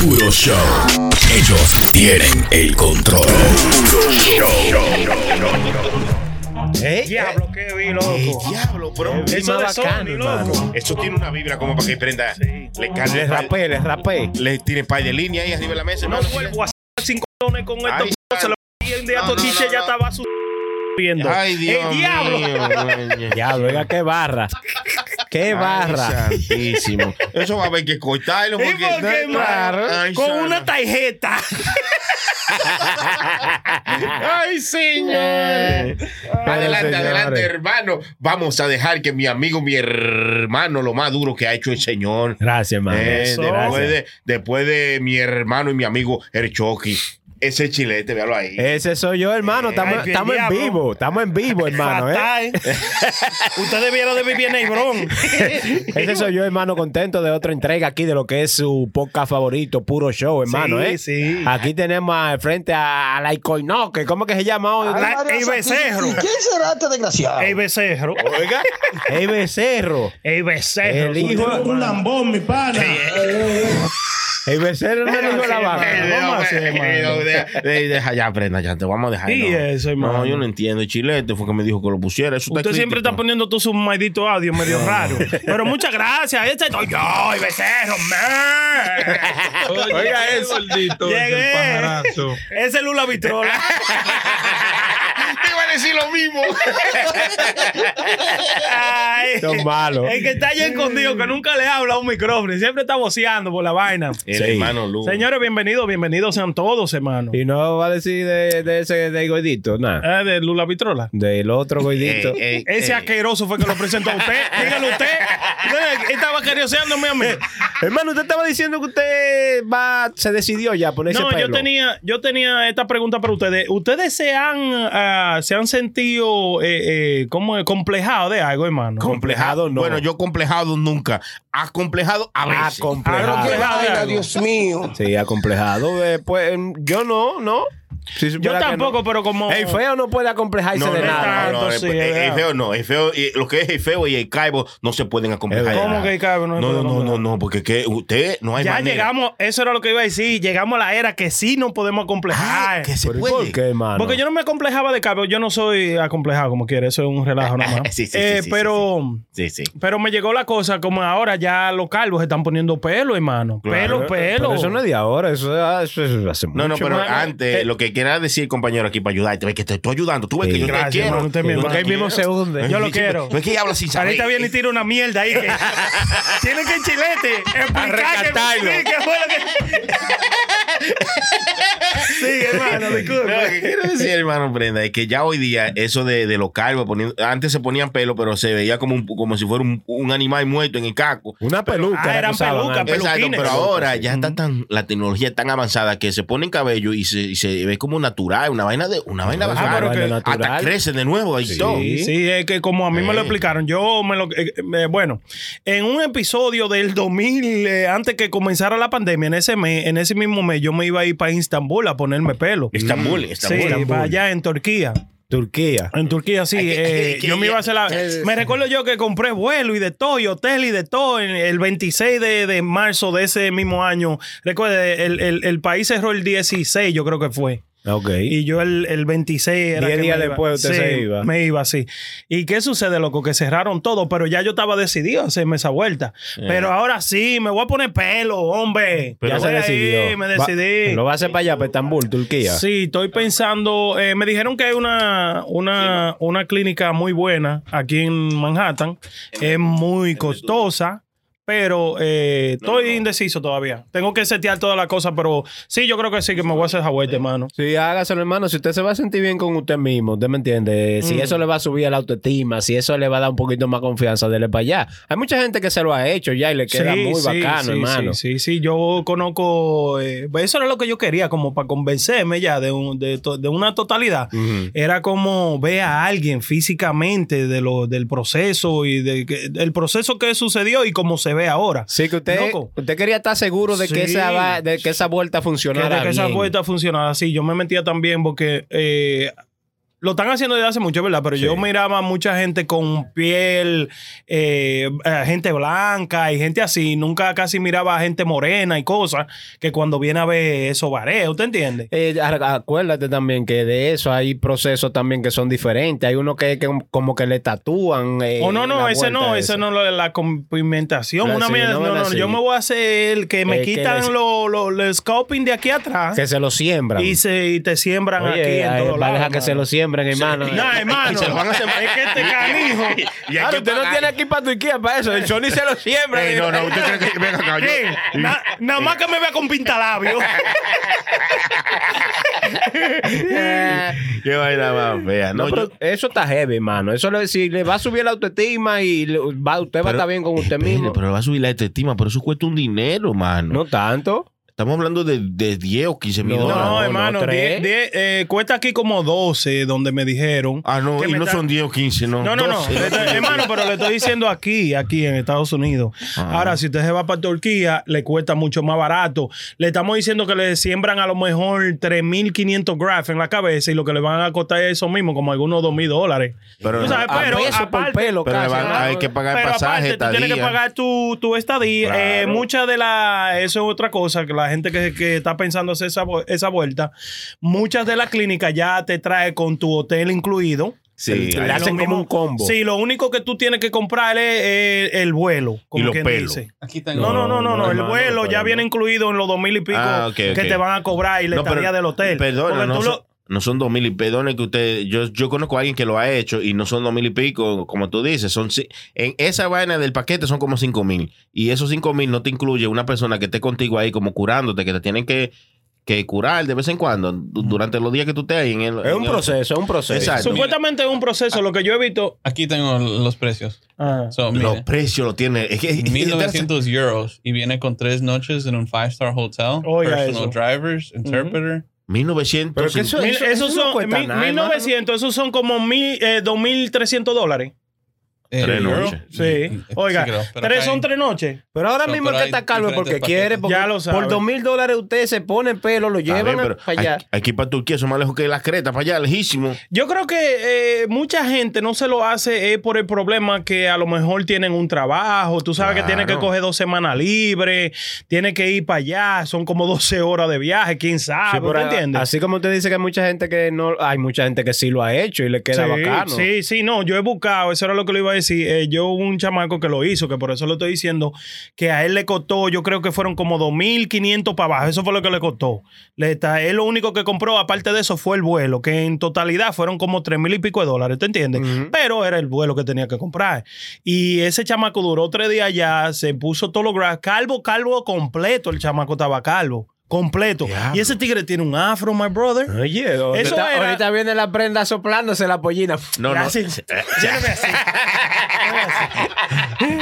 Puro show. Ellos tienen el control. Puro show. ¿Eh? Diablo, qué vi, Eh, loco. diablo, bro. Eso Eso, de es Sony, bacano, loco. hermano. Eso tiene una vibra como para que prenda. Sí. Le Les calen pa- rapé, les rapé. Le tiren par de línea ahí arriba de la mesa, No hermano. vuelvo a hacer cinco dones con Ahí esto. está. Se lo piden de No, estos no, tiches no, ya no. estaba su viendo. Ay, Dios ¡El diablo! mío, Diablo, oiga, qué barra. Qué Ay, barra. santísimo. Eso va a haber que cortarlo ¿Y porque... por qué, hermano? Ay, Con sana. una tarjeta. ¡Ay, señor! adelante, señores. adelante, hermano. Vamos a dejar que mi amigo, mi hermano, lo más duro que ha hecho el señor. Gracias, hermano. Eh, eso. después, de, después de mi hermano y mi amigo, el Chucky. Ese chilete, véalo ahí. Ese soy yo, hermano. Eh, Estamos ay, bien estamos en diablo. vivo. Estamos en vivo, hermano. ¿eh? Fatal. Ustedes vieron de vivir en Hebrón. Ese soy yo, hermano, contento de otra entrega aquí de lo que es su podcast favorito, puro show, hermano. Sí, ¿eh? sí. Aquí tenemos al frente a, a la Icoinoque. ¿Cómo que se llama hoy? Ay. La- La- María el Santísima, becerro. ¿Y quién será este desgraciado? El becerro. Oiga, El becerro. El becerro. El hijo- Un lambón. El becerro no el dijo la sí, vaca. hermano. video, vamos a hacer, el hermano. video, eh, deja- eh, de- Deja ya, prenda, ya te vamos a dejar. Y no. eso, No, hermano. yo no entiendo. El chilete fue que me dijo que lo pusiera. Eso Usted siempre está crítico. poniendo todos sus malditos audios medio raros. Pero muchas gracias. Este soy yo, el becerro. man. Oye, Oiga qué eso. gordito es Llegué. el pajarazo. Ese es Lula Vitrola. Te iba a decir lo mismo. Ay. Son malos. El que está allá escondido, que nunca le habla a un micrófono, y siempre está voceando por la vaina. El Sí. hermano Lu. Señores, bienvenidos, bienvenidos sean todos, hermano. Y no va a decir de, de ese de Goidito, nada. Ah, de Lula Vitrola. Del otro Goidito. Eh, eh, Ese eh. asqueroso fue que lo presentó a usted. Dígalo usted. Usted Estaba querioseándome a mí. Hermano, usted estaba diciendo que usted va, se decidió ya a ponerse No, pelo. yo tenía, yo tenía esta pregunta para ustedes. ¿Ustedes se han, ah, se han sentido eh, eh, como complejado de algo, hermano? Complejado no. Bueno, yo complejado nunca. Acomplejado a veces. Acomplejado. Ah, Qué no, vaina, algo. Dios mío. Sí, acomplejado. eh, pues em, yo no, no. Si Yo supiera que tampoco, pero como. no. El feo no puede acomplejarse No, no, de no, nada. no, Tanto, no, sí, eh, eh, ¿verdad? el feo no, el feo, eh, lo que es el feo y el caibo no se pueden acomplejar. Es verdad. ¿Cómo que el caibo no, no se no, puede no, no, acomplejar? no, porque que usted no hay ya manera. llegamos, eso era lo que iba a decir. Llegamos a la era que sí nos podemos acomplejar. Ay, que Ah, se ¿Pero y puede. ¿Por qué, hermano? Porque yo no me acomplejaba de cabello, yo no soy acomplejado como quiera, eso es un relajo nada más. Sí, sí, sí, Eh, sí, sí, pero, Sí, sí. pero me llegó la cosa como ahora ya los calvos están poniendo pelo, hermano. Claro. pelo, Pero- pelo. pero eso no es de ahora, eso, es- ah, eso es hace No, no, mucho. pero mano. antes, Eh, lo que quiera decir, compañero, aquí para ayudarte, ves que te estoy ayudando. Tú ves que Sí. yo Gracias, te quiero. hermano, usted mismo. Yo te Porque ahí mismo quiero. se hunde. Yo lo Sí, quiero. Ves que ella habla sin saber. Ahorita viene y tira una mierda ahí que tiene que el chilete explicar rescatarlo. que, sí, que fue lo que... sí, hermano, No, lo disculpe. que quiero decir, hermano Brenda, es que ya hoy día eso de, de los calvos, poniendo- antes se ponían pelo, pero se veía como, un- como si fuera un, un animal muerto en el caco. Una peluca. Ah, era eran que usaban pelucas, antes. Exacto, Peluquines. pero ahora ya está tan, la tecnología es tan avanzada que se pone en cabello y se, y se ve como natural, una vaina de una vaina Ah, bacana. pero que- hasta natural. crece de nuevo ahí Sí. todo. Sí, sí, es que como a mí me lo Eh. explicaron, yo me lo... eh, eh, bueno, en un episodio del 2000, eh, antes que comenzara la pandemia, en ese mes, en ese mismo mes, yo me iba a ir para Estambul a ponerme pelo. Estambul, Mm. Sí, Estambul. para allá en Turquía. Turquía. En Turquía, sí. Ay, que- eh, que- yo me iba a hacer la... que- Me recuerdo yo que compré vuelo y de todo, y hotel y de todo, en el 26 de, de marzo de ese mismo año. Recuerde, el, el- el país cerró el 16, yo creo que fue. Ah, Ok. Y yo el, el 26 era Diez que días me iba. después usted Sí, se iba. Me iba, sí. ¿Y qué sucede, loco? Que cerraron todo, pero ya yo estaba decidido a hacerme esa vuelta. Eh. Pero ahora sí, me voy a poner pelo, hombre. ya Ya se voy ahí, decidió. me Va- decidí. lo va a hacer para allá, para Estambul, Turquía. Sí, estoy pensando. eh, me dijeron que hay una, una, una clínica muy buena aquí en Manhattan. Es muy costosa, pero eh, estoy indeciso todavía. Tengo que setear todas las cosas, pero sí, yo creo que sí que me voy a hacer esa vuelta, hermano. Sí, hágaselo, hermano. Si usted se va a sentir bien con usted mismo, usted me entiende. Si Mm. eso le va a subir la autoestima, si eso le va a dar un poquito más confianza, dele para allá. Hay mucha gente que se lo ha hecho ya y le queda muy bacano, sí, hermano. Sí, sí, sí. yo conozco, eh, eso era lo que yo quería, como para convencerme ya de, un- de, to- de una totalidad. Ujú. Era como ver a alguien físicamente de lo, del proceso y de, que- del proceso que sucedió y cómo se ve ahora. Sí, que usted, Loco. usted quería estar seguro de, Sí. que, esa va- de que esa vuelta Que, funcionara de que esa bien. vuelta funcionara así. Yo me metía también porque eh, Lo están haciendo desde hace mucho, ¿verdad? Pero yo miraba mucha gente con piel, eh, eh, gente blanca y gente así. Nunca casi miraba a gente morena y cosas que cuando viene a ver eso varía. ¿Usted entiende? Eh, a- acuérdate también que de eso hay procesos también que son diferentes. Hay uno que, que como que le tatúan. eh, o Oh, no, no, la ese no, vuelta ese esa. no, lo de la complementación. Ah, Una sí, mierda, no, no, no, no, no, sí. yo me voy a hacer el que me Eh, que quitan les- los lo, lo scalping de aquí atrás Que se lo siembran. y, se, y te siembran Oye, aquí en eh, todos va a dejar lados, que se lo mano. siembren, hermano. No, hermano, se lo van a sembrar. es que este canijo. Y Claro, aquí usted no pagan. tiene aquí para tu Ikea para eso. El Johnny se lo siembra. Ey, no, no, usted cree que. Venga, acá, yo- ¿Qué? Na- nada más que me vea con pintalabio. Qué vaina más fea. No, No, pero yo- eso está heavy, hermano. Eso le, si le va a subir la autoestima y le- va, usted Pero- va a estar bien con usted Espere, mismo. Pero va a subir la autoestima, pero eso cuesta un dinero, mano. no tanto. Estamos hablando de, de 10 o 15 mil No, dólares. No, no, hermano, tres. die- die- eh, cuesta aquí como 12, donde me dijeron. Ah, no, Que y me no está- son 10 o 15, no. No, no, no. 12, Le estoy- hermano, pero eh, le estoy diciendo aquí, aquí en Estados Unidos. Ah. Ahora, si usted se va para Turquía, le cuesta mucho más barato. Le estamos diciendo que le siembran a lo mejor 3.500 grafs en la cabeza y lo que le van a costar es eso mismo, como algunos 2.000 dólares. Pero- Tú sabes, A pero peso por aparte- pelo, Pero le casi, van, ¿no? hay que pagar Pero pasaje, aparte, tú tienes que estadía. pagar tu, tu estadía. Eh, Claro. mucha de la. Eso es otra cosa que la gente que, que está pensando hacer esa, vu- esa vuelta. Muchas de las clínicas ya te trae con tu hotel incluido. Sí, Le hay- hacen lo como un combo. Sí, lo único que tú tienes que comprar es eh, el vuelo. Como Y los quien pelos. dice. Aquí están. No, no, no, no, no, no, el hermano, vuelo pero ya no. viene incluido en los dos mil y pico Ah, ok, ok. que te van a cobrar y la No, pero- estadía del hotel. Perdona, Porque no, tú son- lo- no son dos mil y perdone que usted, yo, yo conozco a alguien que lo ha hecho y no son dos mil y pico, como tú dices, son ci- en esa vaina del paquete son como cinco mil y esos cinco mil no te incluye una persona que esté contigo ahí como curándote, que te tienen que, que curar de vez en cuando du- durante los días que tú estés ahí en el, Es en un el- proceso, es un proceso. Exacto. Supuestamente es un proceso, lo que yo he visto. Aquí tengo los precios. Ah. Los So, mire, precios lo tiene. Es que, es que- 1900 euros y viene con tres noches en un five star hotel, Oiga personal Oh, eso. drivers, interpreter. 1900. Pero que eso- Mil- esos eso no son cuesta mil- nada, 1900, esos son como mil, eh, 2300 dólares. eh, Tres euro. noches. Sí. Oiga, creo, pero tres acá son hay- tres noches. Pero ahora No, mismo pero es que hay está calvo es porque diferentes quiere. paquetes. Porque Ya lo Por sabe. dos mil dólares usted se pone en pelo, lo Está llevan bien, a- pero para allá. aquí- Aquí para Turquía, eso es más lejos que las cretas, para allá, lejísimo. Yo creo que eh, mucha gente no se lo hace eh, por el problema que a lo mejor tienen un trabajo, tú sabes que tienen que Claro. coger dos semanas libres, tienen que ir para allá, son como 12 horas de viaje, quién Sí, sabe, Ah, pero ¿tú entiendes? Así como usted dice que hay mucha gente que no, hay mucha gente que sí lo ha hecho y le queda sí, bacano. Sí, sí, no, yo he buscado, eso era lo que le iba a decir. eh, yo hubo un chamaco que lo hizo, que por eso lo estoy diciendo, que a él le costó, yo creo que fueron como 2.500 para abajo, eso fue lo que le costó. Le está, él lo único que compró, aparte de eso, fue el vuelo, que en totalidad fueron como 3.000 y pico de dólares, ¿te entiendes? Ujú. Pero era el vuelo que tenía que comprar. Y ese chamaco duró tres días allá, se puso todo lo gra- calvo, calvo completo, el chamaco estaba calvo. Completo. Diablo. Y ese tigre tiene un afro, my brother. Oye, ahorita, era- ahorita viene la prenda soplándose la pollina. No, no. Gracias. Haciéndome así. Haciéndome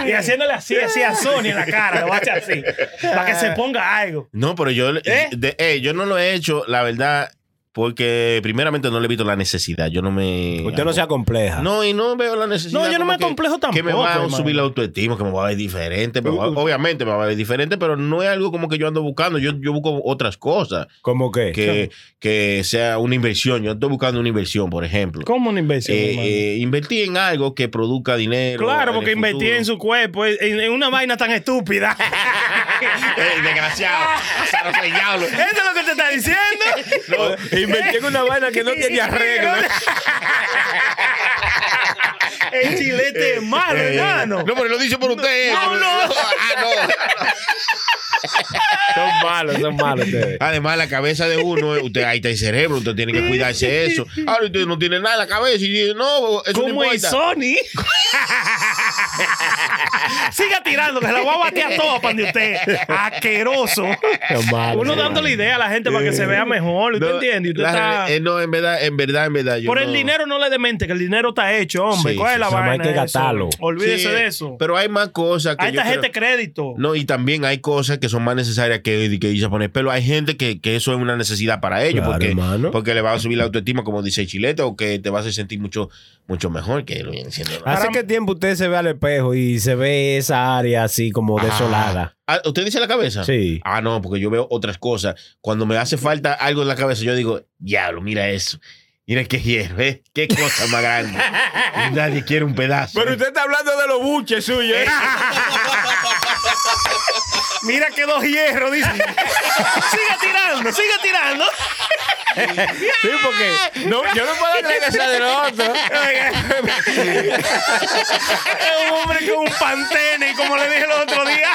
así. Y haciéndole así, así a Sony en la cara, lo voy a hacer así. Para que se ponga algo. No, pero yo, ¿Eh? de- eh, yo no lo he hecho, la verdad, porque primeramente no le he visto la necesidad. Yo no me. Usted no sea compleja. No, y no veo la necesidad. No, yo no como me que- complejo Que me tampoco, va a hermano. subir la autoestima, que me va a ver diferente. me va- Uh, uh. obviamente me va a ver diferente, pero no es algo como que yo ando buscando. Yo, yo busco otras cosas. ¿Cómo qué? Que, que sea una inversión. Yo estoy buscando una inversión, por ejemplo. Como una inversión. Eh, hermano? eh, invertí en algo que produzca dinero. claro, en porque el invertí futuro. en su cuerpo, en, en una vaina tan estúpida. Eh, desgraciado. Pasaron por el diablo. Eso es lo que te está diciendo. No, Invertí en una vaina que no tiene arreglo. El chilete es malo, Eh, hermano. No, pero lo dice por usted. eh, No, por- no. Ah, no. son malos, son malos ustedes. Además, la cabeza de uno, eh, usted ahí está el cerebro, usted tiene que cuidarse eso. Ahora usted no tiene nada en la cabeza y dice, no, eso Como no el importa. Sony. Siga tirando, que se la voy a batear toda pan de usted. Asqueroso. Son malos, Uno son dándole malos. idea a la gente para que se vea mejor. ¿Usted No, entiende? Usted la está- re- eh, no, en verdad, en verdad, en verdad. yo Por el no- dinero no le demente, que el dinero está hecho, hombre. Sí, ¿Cuál sí, es la sí, nada más vaina? hay que de eso? gastarlo. Olvídese Sí, de eso. Pero hay más cosas que. A yo esta creo- gente crédito. No, y también hay cosas que son más necesarias que, que irse a poner pelo. Hay gente que, que eso es una necesidad para ellos, Claro, porque, hermano. porque le va a subir la autoestima, como dice Chilete, o que te vas a hacer sentir mucho, mucho mejor que lo viene siendo. ¿Hace Para- qué tiempo usted se ve al espejo y se ve esa área así como desolada? Ah, ¿Usted dice la cabeza? Sí. Ah, no, porque yo veo otras cosas. Cuando me hace falta algo en la cabeza, yo digo, diablo, mira eso. Mira qué hierro, ¿eh? Qué cosa más grande. Y Nadie quiere un pedazo. ¿eh? Pero usted está hablando de los buches suyos. ¿eh? Mira que dos hierros, dice. siga tirando, siga tirando. Sí, porque no, yo no puedo regresar del otro. Es un hombre con un pantene, como le dije el otro día.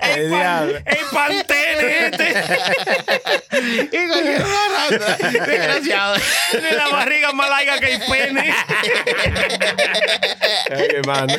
El diablo. El pantene este. Desgraciado. Tiene la barriga más larga que el pene. Ay, hermano.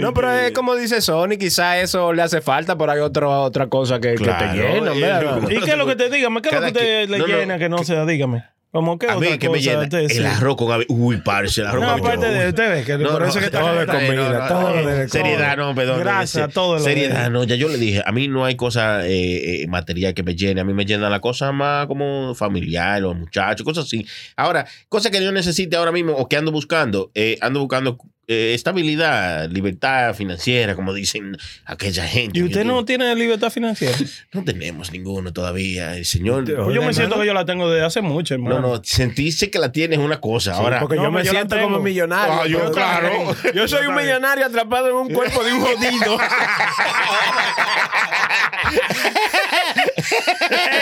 No, pero es como dice Sony, quizás eso le hace falta, pero hay otra, otra cosa que, que Claro, te llena. y- ¿verdad? ¿Y qué es lo que te dígame? ¿Qué es lo Cada que usted quien- le no, no, llena que no sea? Dígame. Como que A otra mí que me cosa llena. usted, sí. El arroz con habichuela. Uy, parce, el arroz No, con aparte de habichuela. usted ve que No, por no, eso que no, está no, de no, comida, no, todo no, de no, Seriedad, no, perdón. Grasa, Ese- todo lo Seriedad, de- no, ya yo le dije, a mí no hay cosa eh, eh, material que me llene, a mí me llena la cosa más como familiar, los muchachos, cosas así. Ahora, cosas que yo necesite ahora mismo o que ando buscando, eh, ando buscando eh, estabilidad, libertad financiera, como dicen aquella gente. ¿Y en usted no YouTube. tiene libertad financiera? No tenemos ninguno todavía, el señor. Pues yo me siento que yo la tengo desde hace mucho, hermano. No, no, sentirse que la tienes es una cosa. ahora, Porque No, yo me pero yo la siento tengo. como millonario. Ah, yo, pero- claro. Yo soy un millonario atrapado en un cuerpo de un jodido.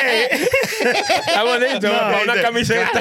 Está bonito. Para una Está camiseta.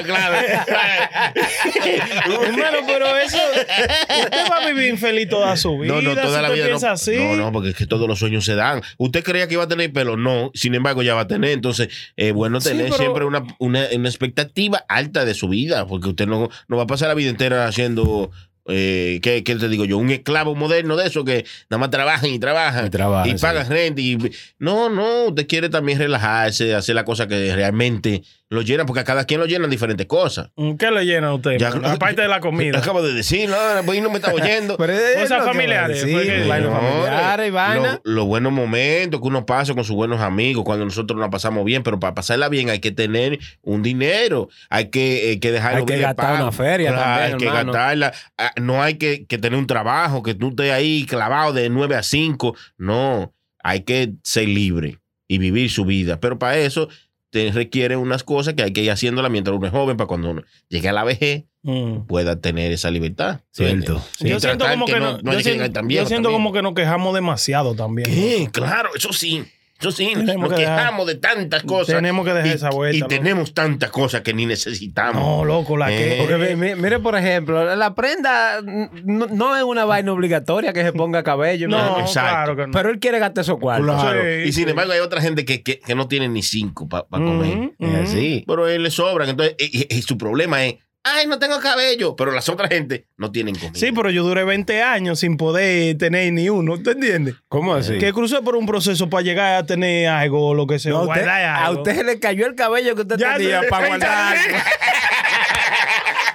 Hermano, pero eso. Usted va a vivir infeliz toda su vida. No, no, toda si la usted vida piensa no. así. No, no, porque es que todos los sueños se dan. Usted creía que iba a tener pelo, no. Sin embargo, ya va a tener. Entonces, eh, bueno, Sí, tener pero- siempre una, una, una expectativa alta de su vida, porque usted no, no va a pasar la vida entera haciendo. Eh, ¿qué, qué te digo yo? Un esclavo moderno de eso que nada más trabajan y trabajan Y trabajan, sí. pagan renta. Y... No, no, usted quiere también relajarse, hacer la cosa que realmente lo llena, porque a cada quien lo llenan diferentes cosas. ¿Qué le llena a usted? Ya- hermano? Aparte de la comida. Acabo de decir, no, pues no me está oyendo. Pero es Cosas lo pues, que familiares, voy a decir, porque- vaina No, familiar y vaina. lo- Los buenos momentos que uno pasa con sus buenos amigos, cuando nosotros la pasamos bien, pero para pasarla bien hay que tener un dinero, hay que, eh, que dejarlo Hay que bien gastar pago. una feria también, Hay que hermano. gastarla. Ah, No hay que, que tener un trabajo, que tú estés ahí clavado de 9 a 5. No, hay que ser libre y vivir su vida. Pero para eso te requiere unas cosas que hay que ir haciéndola mientras uno es joven, para cuando uno llegue a la vejez Mm. pueda tener esa libertad. Cierto. Sí, yo siento tratar como que, no no, yo haya que siento- llegar tan viejo yo siento también. como que nos quejamos demasiado también. ¿Qué? Claro, eso sí. Eso sí, Tenemos nos que dejar- quejamos de tantas cosas. Tenemos que dejar y, esa vuelta, Y loco. tenemos tantas cosas que ni necesitamos. No, loco, la Eh. que. Porque mi- mi- mire, por ejemplo, la prenda n- no, no es una vaina obligatoria que se ponga cabello. No, hermano. exacto. claro que no. Pero él quiere gastar esos cuartos. Claro. Sí, y sin sí. embargo, hay otra gente que, que, que no tiene ni cinco para comer. Eh, Ujú, Es ujú. así. Pero a él le sobran. Entonces, y, y- y su problema es: ay, no tengo cabello. Pero las otras gente no tienen comida. Sí, pero yo duré 20 años sin poder tener ni uno, ¿te entiendes? ¿Cómo así? Que crucé por un proceso para llegar a tener algo, lo que sea. No, a usted- guardar a algo. usted le cayó el cabello que usted Ya, tenía sí, para sí, guardar.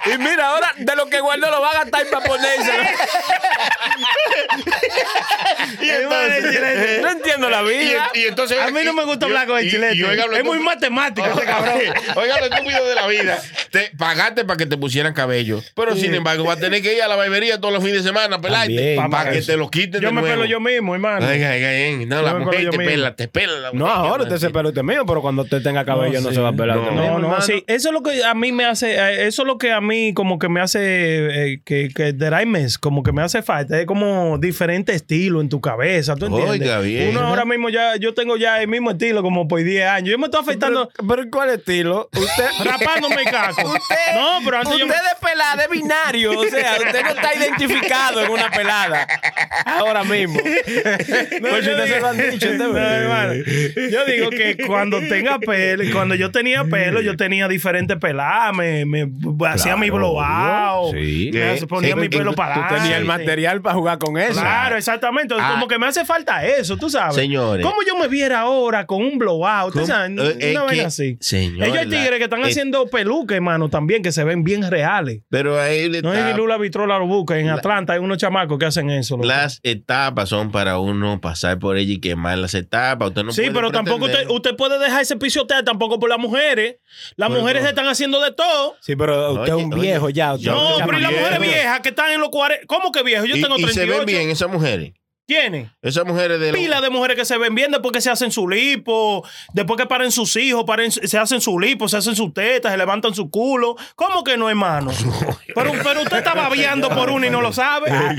sí. y mira, ahora de lo que guardó lo va a gastar para ponérselo. Y entonces, No entiendo la vida. y- y entonces- A mí no me gusta y- hablar con el y- chilete. y oiga, lo es muy estúpido- matemático Oh, este cabrón. Oiga, lo estúpido de la vida. Te pagaste para que te pusieran cabello. Pero sin embargo, va a tener que ir a la barbería todos los fines de semana a pelarte. También, Para que eso. te lo quiten. Yo de me nuevo. pelo yo mismo, hermano. Ay, ay, ay, No, la mujer me acuerdo te yo mismo. pela, te pela. la No, mujer, ahora usted así. se peló usted mismo, pero cuando usted tenga cabello no, sí. se va a pelar. No. usted mismo, No, no, hermano. sí. Eso es lo que a mí me hace, eh, eso es lo que a mí como que me hace, eh, que, que deraimes, como que me hace falta. Es como diferente estilo en tu cabeza, ¿tú entiendes? Oiga, bien. Uno ahora mismo ya, yo tengo ya el mismo estilo como por 10 años. Yo me estoy afectando, Pero, pero ¿cuál estilo? Usted. rapándome el caco. Usted- no, pero antes Usted yo me- es pelada, es binario, o sea, usted no está identificado en una pelada ahora mismo. Pues Por si yo usted se digo- lo han dicho, usted No, hermano. Yo digo que cuando tenga pelo, cuando yo tenía pelo, yo tenía diferentes peladas, me, me hacía mi blowout, Sí. me Sí. ponía mi Sí. pelo para Tú tenías el adelante. material para jugar con eso. Ah, Claro, exactamente. Entonces, Ah. Como que me hace falta eso, tú sabes. Señores. ¿Cómo yo me viera ahora con un blowout? ¿Cómo? ¿Tú sabes? Eh, es Una vaina que- así. Señor, Ellos hay la- tigres que están eh, haciendo peluques, hermano, también, que se ven bien reales. Pero ahí le No es está- que Lula Vitrola lo busca. En Atlanta hay unos chamacos que hacen eso. loco. Las etapas son para uno pasar por ella y quemar las etapas. Usted no sí, puede pero tampoco usted, pretender- usted puede dejar ese pisotear tampoco por las mujeres. Las Bueno, mujeres no. están haciendo de todo. Sí, pero usted Oye, es un viejo oye, ya. usted yo es un No, tengo pero y las viejo. mujeres viejas que están en los 40. ¿Cómo que viejo? Yo Y- tengo y 38. se ven bien esas mujeres. Tiene. Esas mujeres de. Pila de mujeres que se ven bien después que se hacen su lipo, después que paren sus hijos, paren, se hacen su lipo, se hacen sus tetas, se levantan su culo. ¿Cómo que no, hermano? Pero, pero usted está babeando por uno y no lo sabe. Ah,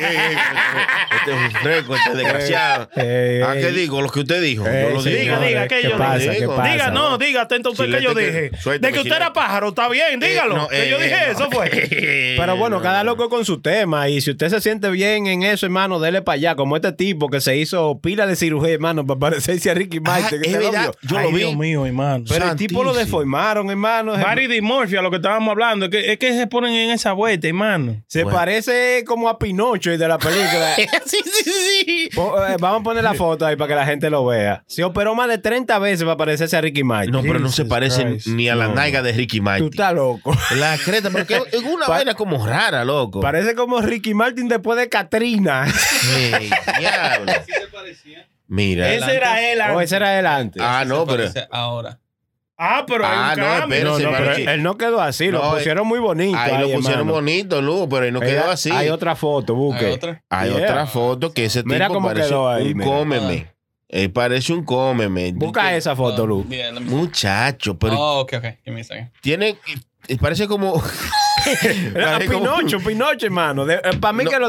eh, Este es un fresco, este es desgraciado. ¿Ah, qué digo? Lo que usted dijo. yo lo sí, digo. Diga, diga, que ¿qué yo pasa? dije. ¿Qué pasa? Diga, no, diga, atento usted que Chilete yo que- dije. suéltame, de que usted chilete. era pájaro, está bien, dígalo. no, que yo eh, dije, no. eso fue. Pero Eh, bueno, cada loco con su tema. Y si usted se siente bien en eso, hermano, dele para allá. Como este tipo que se hizo pila de cirugía, hermano, para parecerse a Ricky Ah, Martin. que es se lo verdad. vio. Yo Ay, lo vi. Dios mío, hermano. Pero el tipo lo Santísimo. deformaron, hermano. Body dimorfia, lo que estábamos hablando, es que, es que se ponen en esa vuelta, hermano. Se Bueno. parece como a Pinocho de la película. sí, sí, sí. Po- eh, Vamos a poner la foto ahí para que la gente lo vea. Se operó más de 30 veces para parecerse a Ricky Martin. No, pero no se Jesus parecen Christ. ni a la naiga de Ricky Tú Martin. estás loco. La creta, porque es una Pa- vaina como rara, loco. Parece como Ricky Martin después de Katrina. Ey, diablo. Mira. Ese era Oh, él. o Oh, ese era él antes. Ah, no, pero. Parece Ahora. Ah, pero hay Ah, un no, cambio. espérese, No, no, pero parece- él no quedó así. No, lo eh, pusieron muy bonito. Ahí lo pusieron hermano. bonito, Lugo, pero ahí no Mira, quedó así. Hay otra foto, ¿Hay busque. otra? Hay Yeah. otra foto que ese Mira tipo cómo parece quedó ahí, un mira. cómeme. Él parece un cómeme. Busca esa foto, Oh, Lu. yeah, let me- Muchacho, pero Oh, okay, okay. Give me a second. tiene. eh, Parece como. Era parece como- Pinocho, Pinocho, hermano. para mí No, que lo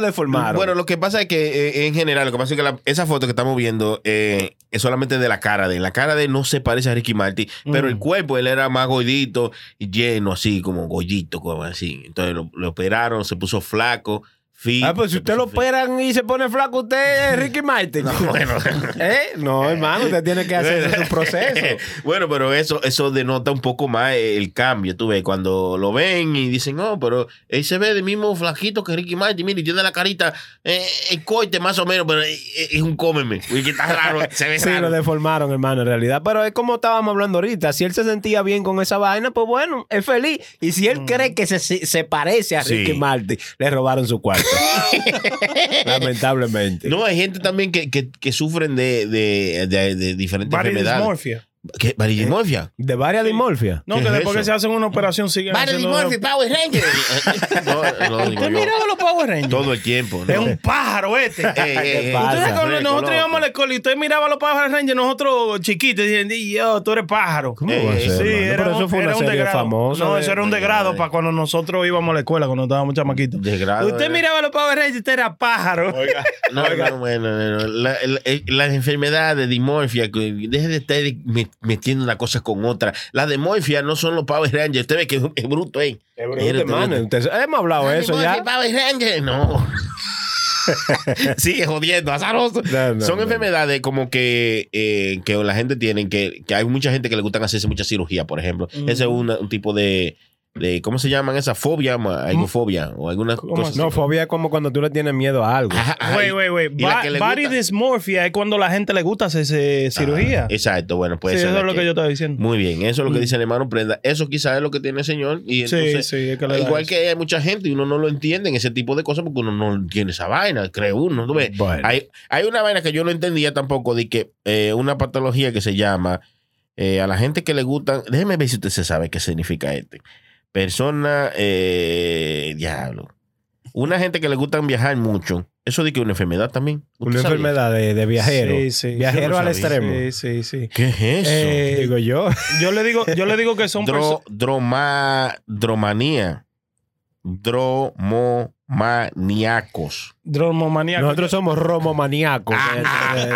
deformaron. Bueno, lo que pasa es que eh, en general, lo que pasa es que la- esa foto que estamos viendo eh, es solamente de la cara de él. La cara de él no se parece a Ricky Martin, pero Mm. el cuerpo él era más gordito, lleno así, como gollito, como así. Entonces lo, lo operaron, se puso flaco, fit. ah, pues si se usted puso lo fit. operan y se pone flaco, usted es Ricky Martin. No, Bueno. ¿Eh? no hermano, usted tiene que hacer su proceso. bueno, pero eso, eso denota un poco más eh, el cambio, tú ves, cuando lo ven y dicen, no, pero él se ve del mismo flaquito que Ricky Martin, mira, y tiene la carita, eh, el coite más o menos, pero eh, eh, es un cómeme, y que está raro, se ve Sí, raro. lo deformaron, hermano, en realidad. Pero es como estábamos hablando ahorita. Si él se sentía bien con esa vaina, pues bueno, es feliz. Y si él cree que se, se parece a Mm. Sí. Ricky Martin, le robaron su cuarto. Lamentablemente. No, hay gente también que, que, que sufren de, de, de- de diferentes Body enfermedades. dysmorphia. ¿Qué? Eh. ¿Varidismorfia? De varias dimorfias. No, ¿Qué que es después eso? que se hacen una operación siguen haciendo- Power Rangers. no, no, digo ¿Usted yo. miraba los Power Rangers? Todo el tiempo. ¿no? Eh, Es un pájaro este. Ey, ey, ey, pasa? Ustedes Fresco, cuando nosotros loco. íbamos a la escuela y usted miraba a los Power Rangers, nosotros chiquitos, decían, yo, tú eres pájaro. ¿Cómo va a Eh, ser, sí, hermano? Pero eso fue una era un serie degrado. famosa. No, de- eso era un degrado para cuando nosotros íbamos a la escuela, cuando estábamos chamaquitos. Desgrado, usted eh. miraba a los Power Rangers, usted era pájaro. No, no, bueno, no, no. La- la- eh, las enfermedades de dimorfia, que deje de estar me- metiendo una cosa con otra. Las de morfia no son los Power Rangers. Usted ve que es, es bruto, ¿eh? Es bruto, bruto, hermano. bruto. Entonces, hemos hablado de eso ya. Dimorphia, Power Rangers, no. Sigue jodiendo, azaroso. No, no, Son no. enfermedades como que, eh, que la gente tiene, que, que hay mucha gente que le gustan hacerse mucha cirugía, por ejemplo. Mm. Ese es una- un tipo de, de- ¿cómo se llaman esas fobia? ma- Algo fobia o alguna ¿Cómo cosa. así? No, fobia es como cuando tú le tienes miedo a algo. Ajá, ajá. Güey, güey, güey. Y la Ba- que le Body gusta. Ah, dysmorphia es cuando la gente le gusta hacerse cirugía. Exacto, bueno, pues sí, eso es lo que yo estaba diciendo. Muy bien, eso es lo que Mm. dice el hermano Prenda. Eso quizás es lo que tiene el señor. Y Sí, entonces, sí, es que le da igual eso. que hay mucha gente y uno no lo entiende en ese tipo de cosas porque uno no tiene esa vaina, cree uno. ¿tú ves? Bueno. Hay, hay una vaina que yo no entendía tampoco de que eh, una patología que se llama eh, a la gente que le gustan. Déjeme ver si usted se sabe qué significa este. Persona, eh, diablo. Una gente que le gustan viajar mucho. Eso de que una enfermedad también. ¿Usted Una sabía? enfermedad de, de viajero. Sí, sí. Viajero Yo no al sabía. extremo. Sí, sí, sí. ¿Qué es eso? Eh, Digo yo. Yo le digo, yo le digo que son Dro- perso- droma, dromanía. Dromomaníacos. dromomaníacos. Nosotros somos romomaníacos. Ah, Eh,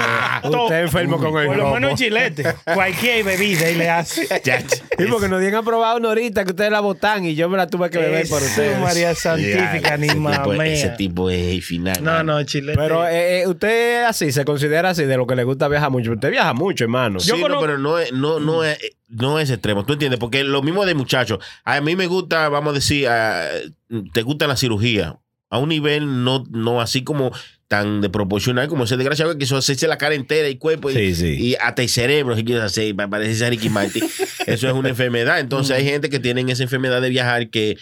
eh, To- Usted es enfermo con el Por lo romo. menos en chilete. Cualquier bebida y le hace. Sí, porque nos digan probado una horita que ustedes la botan y yo me la tuve que beber por Eso, ustedes. María Santífica, Santifica ni Ese mamea. tipo es el final. No, no, chilete. Pero eh, eh, usted así, se considera así de lo que le gusta viajar mucho. Usted viaja mucho, hermano. Sí, Yo no, conozco- pero no es, no, no, es, no es extremo. ¿Tú entiendes? Porque lo mismo de muchachos. A mí me gusta, vamos a decir, ah, te gusta la cirugía. A un nivel no, no así como tan desproporcional como ese desgraciado que quiso hacerse la cara entera y cuerpo. y- sí. y hasta el cerebro se quiere hacer para Mm. parecerse a Ricky Martin. Eso es una enfermedad. Entonces hay gente que tienen esa enfermedad de viajar que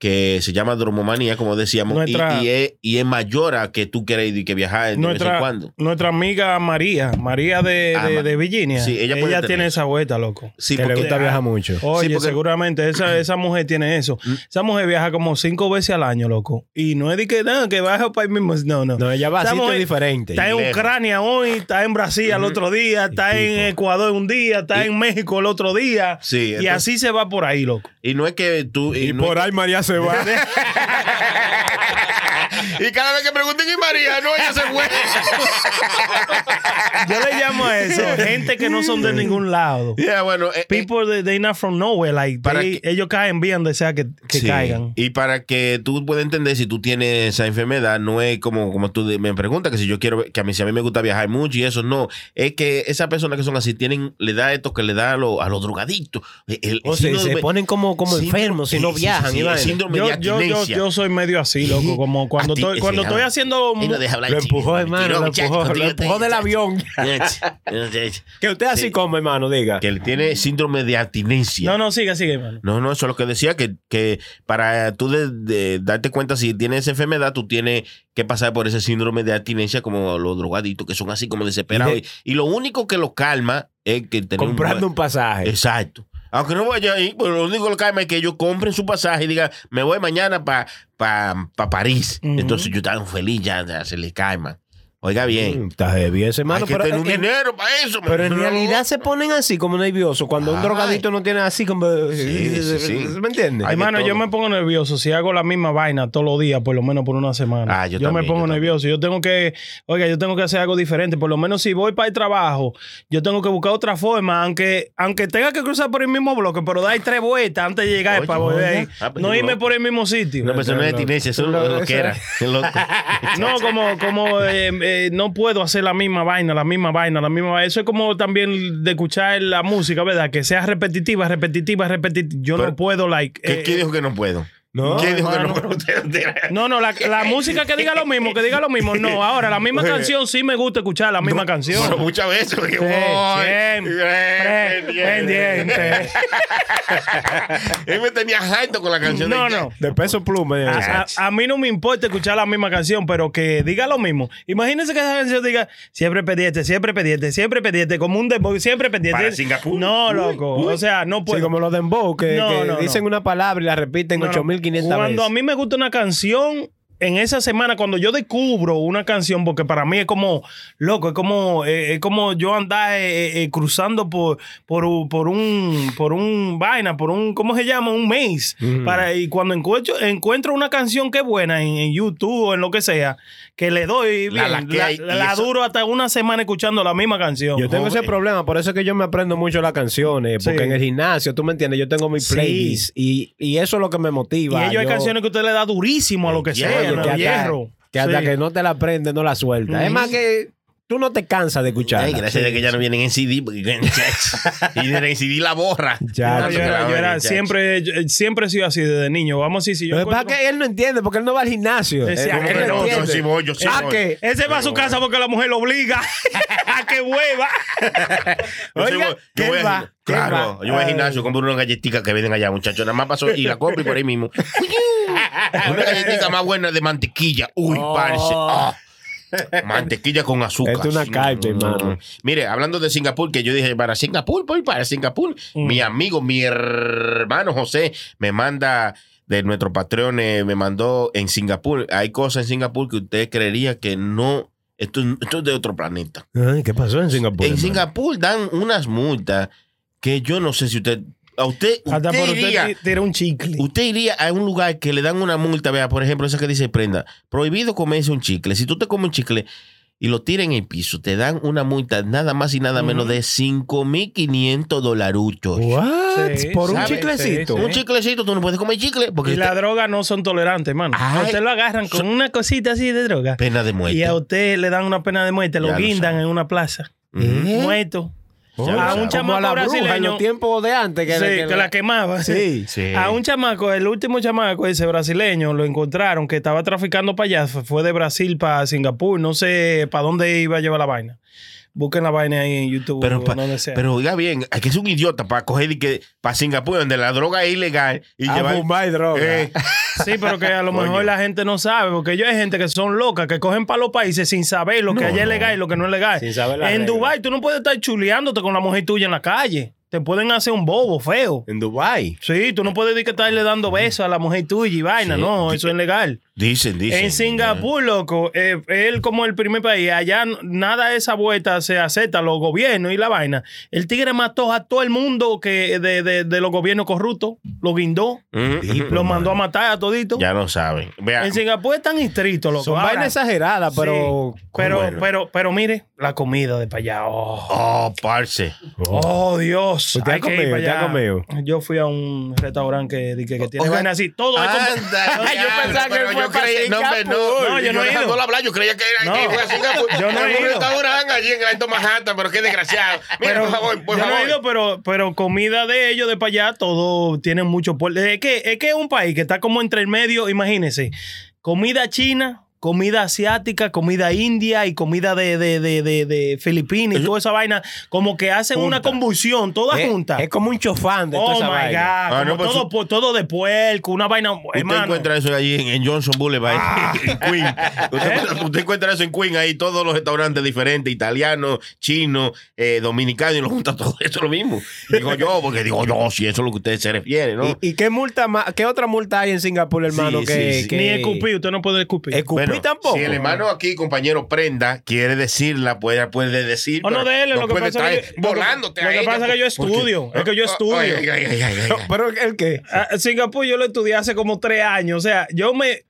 que se llama dromomanía, como decíamos, y- Nuestra- y, es, y es mayor a que tú quieras ir y que viajar de vez en Nuestra, eh, cuando. nuestra amiga María, María de, Ah, de- Ma- de Virginia, Sí, ella ella, puede tener tiene eso. esa vuelta, loco. Sí, que le porque- gusta viajar mucho. Oye, porque- Mm. seguramente esa, esa mujer tiene eso. Esa mujer viaja como cinco veces al año, loco. Y no es de que, no, que baja para ahí mismo. No, no. No, ella va a Estamos sitios en- diferentes. Está en lejos. Ucrania hoy, está en Brasil al otro día, está en Ecuador un día, está en México el otro día. Sí, y entonces- así se va por ahí, loco. Y no es que tú... Y, no es ahí María se va. Y cada vez que pregunten, ¿y María? No, ella se fue. Yo le llamo a eso gente que no son de ningún lado. Yeah, bueno. eh, eh, People, they, they not from nowhere. Like, Para they- que- ellos caen bien donde sea que, que sí. caigan. Y para que tú puedas entender si tú tienes esa enfermedad, no es como, como tú de- me preguntas, que si yo quiero, que a mí, si a mí me gusta viajar mucho y eso, no. Es que esas personas que son así tienen, le da esto que le da a, lo- a los drogadictos. El- el- O sea, síndrome- se ponen como, como síndrome- enfermos si no sí, sí, viajan. sí, y vaina. síndrome Yo, de yo, yo, abstinencia. yo soy medio así, loco. Como cuando Absti- estoy, cuando sí, estoy no. haciendo. Ahí no deja hablar, Lo chico, empujó, mentiroso, hermano, lo muchacho, empujó. Lo contigo te- empujó del avión. Que usted así Sí. come, hermano, diga. Que él tiene síndrome de abstinencia. No, no, sigue, sigue, hermano. No, no, eso es lo que decía, que, que para tú de- de darte cuenta si tienes esa enfermedad, tú tienes que pasar por ese síndrome de abstinencia como los drogaditos, que son así como desesperados. Y Y, y lo único que los calma es que tener un Comprando buen- un pasaje. Exacto. Aunque no vaya ahí, pero lo único que lo calma es que ellos compren su pasaje y digan, me voy mañana para pa, pa París. Ujú. Entonces yo estaba feliz, ya, ya se les calma. Oiga bien, Mm, Está heavy ese, hermano. hay que Pero, tener un eh, dinero para eso. pero en man. realidad se ponen así como nerviosos. Cuando un Ay. drogadito no tiene así como... eh, Sí, sí, sí. ¿Me entiendes? Hay de Hermano, yo todo. me pongo nervioso si hago la misma vaina todos los días, por lo menos por una semana. Ah, yo me también, yo pongo también. nervioso. Yo tengo que, oiga, yo tengo que hacer algo diferente. Por lo menos si voy para el trabajo, yo tengo que buscar otra forma, aunque, aunque tenga que cruzar por el mismo bloque, pero dar tres vueltas antes de llegar Oye, para volver oye. ahí. Ah, pues no yo irme loco. por el mismo sitio. Una persona de abstinencia, eso es lo que era. loco. No, como, como eh, eh, no puedo hacer la misma vaina, la misma vaina, la misma vaina. Eso es como también de escuchar la música, ¿verdad? Que sea repetitiva, repetitiva, repetitiva. Yo Pero, no puedo, like. ¿Qué- eh, ¿Quién dijo que no puedo? No, ¿Quién dijo que no hermano. puedo? Usted no tiene- No, no, la, la música que diga lo mismo, que diga lo mismo. No, ahora la misma canción sí me gusta escuchar la misma Pero canción. muchas veces. porque voy, siempre, eh, Pendiente. Él me tenía harto con la canción. de- No, no. De peso pluma. eh. A, a- a mí no me importa escuchar la misma canción, pero que diga lo mismo. Imagínense que esa canción diga siempre pendiente, siempre pendiente, siempre pendiente, como un dembow, siempre pendiente. Para Singapur. No, loco. O sea, no Sí, puedo. como los dembow que, pues, No, que no, no. dicen una palabra y la repiten No, no. 8500 veces. Cuando a mí me gusta una canción, en esa semana, cuando yo descubro una canción, porque para mí es como, loco, es como, eh, es como yo andar eh, eh, cruzando por, por, u- por un, por un vaina, por un, ¿cómo se llama? Un maze. Para, y cuando encuentro, encuentro una canción que es buena en, en YouTube o en lo que sea, que le doy, La bien, laquea y- la- y la eso- duro hasta una semana escuchando la misma canción. Yo tengo ese Joven. problema, por eso es que yo me aprendo mucho las canciones, porque Sí. en el gimnasio, tú me entiendes, yo tengo mi Sí. playlist y, y eso es lo que me y motiva. ellos hay Yo- canciones que usted le da durísimo a lo que Oye, sea, Oye, ¿no? que, hasta, hierro. que hasta Sí. que no te la aprendes, no la sueltas. Es Ujú. más que tú no te cansas de escuchar. Ay, gracias a que ya no vienen en CD. Porque, y en el CD la borra. Ya, Tanto No, Ah, que yo la era, yo borra, era- muchacho. siempre, yo- eh, siempre he sido así desde niño. Vamos así, si yo Lo que pasa es encuentro- que él no entiende, porque él no va al gimnasio. Ese- Él ¿Cómo él que no no? Yo entiende. sí voy, yo sí Ah, voy. que- Ese va a su casa porque la mujer lo obliga a que hueva. Yo sí Oiga, voy. ¿qué Yo voy al va? gimnasio. ¿Qué Claro, va? yo voy al Ay. gimnasio, compro unas galletitas que venden allá, muchachos. Nada más paso y la compro y por ahí mismo. Una galletita más buena de mantequilla. Uy, Oh. parce. Ah. Mantequilla con azúcar. Mm. Esto es una carta, hermano. Mire, hablando de Singapur, que yo dije, para Singapur, voy para Singapur. Mm. Mi amigo, mi hermano José, me manda de nuestro patrón, eh, me mandó en Singapur. Hay cosas en Singapur que usted creería que no. Esto, esto es de otro planeta. Ay, ¿Qué pasó en Singapur? en hermano? Singapur dan unas multas que yo no sé si usted. A usted, Hasta usted por iría- usted tira un chicle. Usted iría a un lugar que le dan una multa, vea, por ejemplo, esa que dice prenda, prohibido comerse un chicle. Si tú te comes un chicle y lo tiras en el piso, te dan una multa nada más y nada menos de 5.500 dolaruchos. What? Sí, ¿Por un ¿sabe? chiclecito? Sí, sí. Un chiclecito, tú no puedes comer chicle porque Y te- la droga no son tolerantes, mano. Ay. a usted lo agarran con una cosita así de droga. pena de muerte. Y a usted le dan una pena de muerte, lo Ya lo guindan sabe. en una plaza. Ujú. ¿Eh? Muerto. Ya lo a sabe. un Como a chamaco la bruja en brasileño. los tiempos de antes. Que Sí, le- que, la quemaba. Sí. Sí. A un chamaco, el último chamaco, ese brasileño, lo encontraron que estaba traficando para allá. Fue de Brasil para Singapur, no sé para dónde iba a llevar la vaina. Busquen la vaina ahí en YouTube Pero, o pa- donde sea. pero oiga bien, hay que ser un idiota para coger y que para Singapur, donde la droga es ilegal y A llevar. fumar droga. Eh, Sí, pero que a lo mejor Coño. la gente no sabe, porque yo hay gente que son locas, que cogen para los países sin saber lo que allá es legal y lo que no es legal. Sin saber la en regla. Dubái tú no puedes estar chuleándote con la mujer tuya en la calle. Te pueden hacer un bobo feo. En Dubai. Sí, tú no puedes decir que estarle dando besos a la mujer tuya y vaina, Sí. no, eso es legal. dicen, dicen. En Singapur, loco, eh, él como el primer país, allá n- nada de esa vuelta se acepta, los gobiernos y la vaina. El tigre mató a todo el mundo que de, de- de los gobiernos corruptos, lo guindó, Mm, mm, lo mandó a matar a todito. Ya no saben. Vea, En Singapur es tan estricto, loco. Son Ahora, vainas exageradas, pero. sí, pero, bueno. pero, pero mire, la comida de para allá. Oh, oh, parce. oh, Dios. ¿Usted Pues ha Hay que ir comido? para ¿Usted ha allá. comido? Yo fui a un restaurante que, di- que, que tiene Oiga. vainas así. Todo es ah, con- Anda, Yo pensaba que pero fue yo para creí- no, hombre, no, No, yo no he dejando ido. la hablar, yo creía que era No. que fue a Singapur. Yo no he Era un ido. restaurante allí en Gran Manhattan, pero qué desgraciado. Mira, pero por favor, por yo no favor. he ido, pero, pero comida de ellos de para allá, todo tiene mucho puerto. Es que, es que es un país que está como entre el medio, imagínense, comida china, comida asiática, comida india y comida de, de, de, de, de Filipinas y toda esa vaina, como que hacen una convulsión, toda Es- junta. Es, como un chofán de toda Oh my esa vaina. God, Ah, como no, pues, todo, su- po- todo de puerco, una vaina. Usted hermano. Ah. encuentra eso allí en, en Johnson Boulevard, en Queen. Usted, ¿Eh? usted encuentra eso en Queen, ahí todos los restaurantes diferentes, italianos, chinos, eh, dominicanos, y lo junta todo eso lo mismo. Digo yo, porque digo yo, si eso es lo que ustedes se refieren, ¿no? ¿Y, y qué multa más, qué otra multa hay en Singapur, hermano? Sí, que, sí, sí. que- Ni escupir, usted no puede escupir. Escupir Bueno, tampoco. Si el hermano aquí, compañero Prenda, quiere decirla, puede, puede decir. Oh, no, pero dele, no lo que puede pasa es estar que yo- volándote lo que a ella, pasa es que yo porque- estudio, es que yo Oh, estudio. ay, ay, ay, ay, ay, ay. Pero el qué? A- a Ah, Singapur yo lo estudié hace como tres años. O sea, yo me.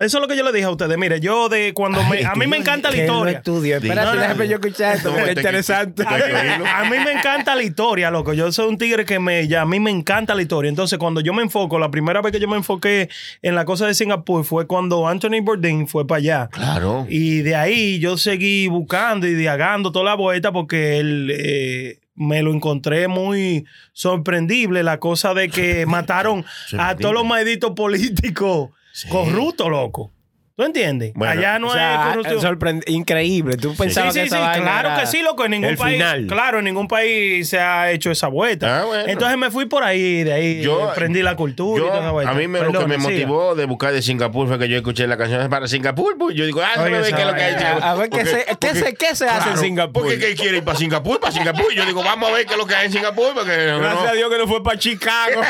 Eso es lo que yo le dije a ustedes. Mire, yo de cuando me. A mí me encanta la Que no historia. estudio. Espérate, No, no, déjame yo escuchar esto, No, porque es te- interesante. te- te- te- A mí me encanta la historia, loco. Yo soy un tigre que me. Ya, a mí me encanta la historia. Entonces, cuando yo me enfoco, la primera vez que yo me enfoqué en la cosa de Singapur fue cuando Anthony Bourdain fue para allá. Claro. Y de ahí yo seguí buscando y diagando toda la vuelta porque él, eh, me lo encontré muy sorprendible la cosa de que mataron a Sorprendible. todos los malditos políticos Sí. corruptos, loco. ¿Tú entiendes? Bueno, Allá no O sea, ah, es corrupción. sorprend- Increíble. Tú pensabas sí, que sí, sí, esa vaina claro era que sí, loco. En ningún el país. final. Claro, en ningún país se ha hecho esa vuelta. Ah, bueno. Entonces me fui por ahí, de ahí Yo- eh, aprendí la cultura y Yo, toda esa vuelta. a mí me, lo que Perdone, me siga. motivó de buscar de Singapur fue que yo escuché la canción para Singapur. Pues yo digo, ah, Oye, déjame ver esa qué es lo que hay. vaina. en A ver, ¿qué Porque- se, qué se, qué se hace en Claro, Singapur? Porque que quiere ir para Singapur, para Singapur. Yo digo, vamos a ver qué es lo que hay en Singapur. Porque no- Gracias a Dios que no fue para Chicago.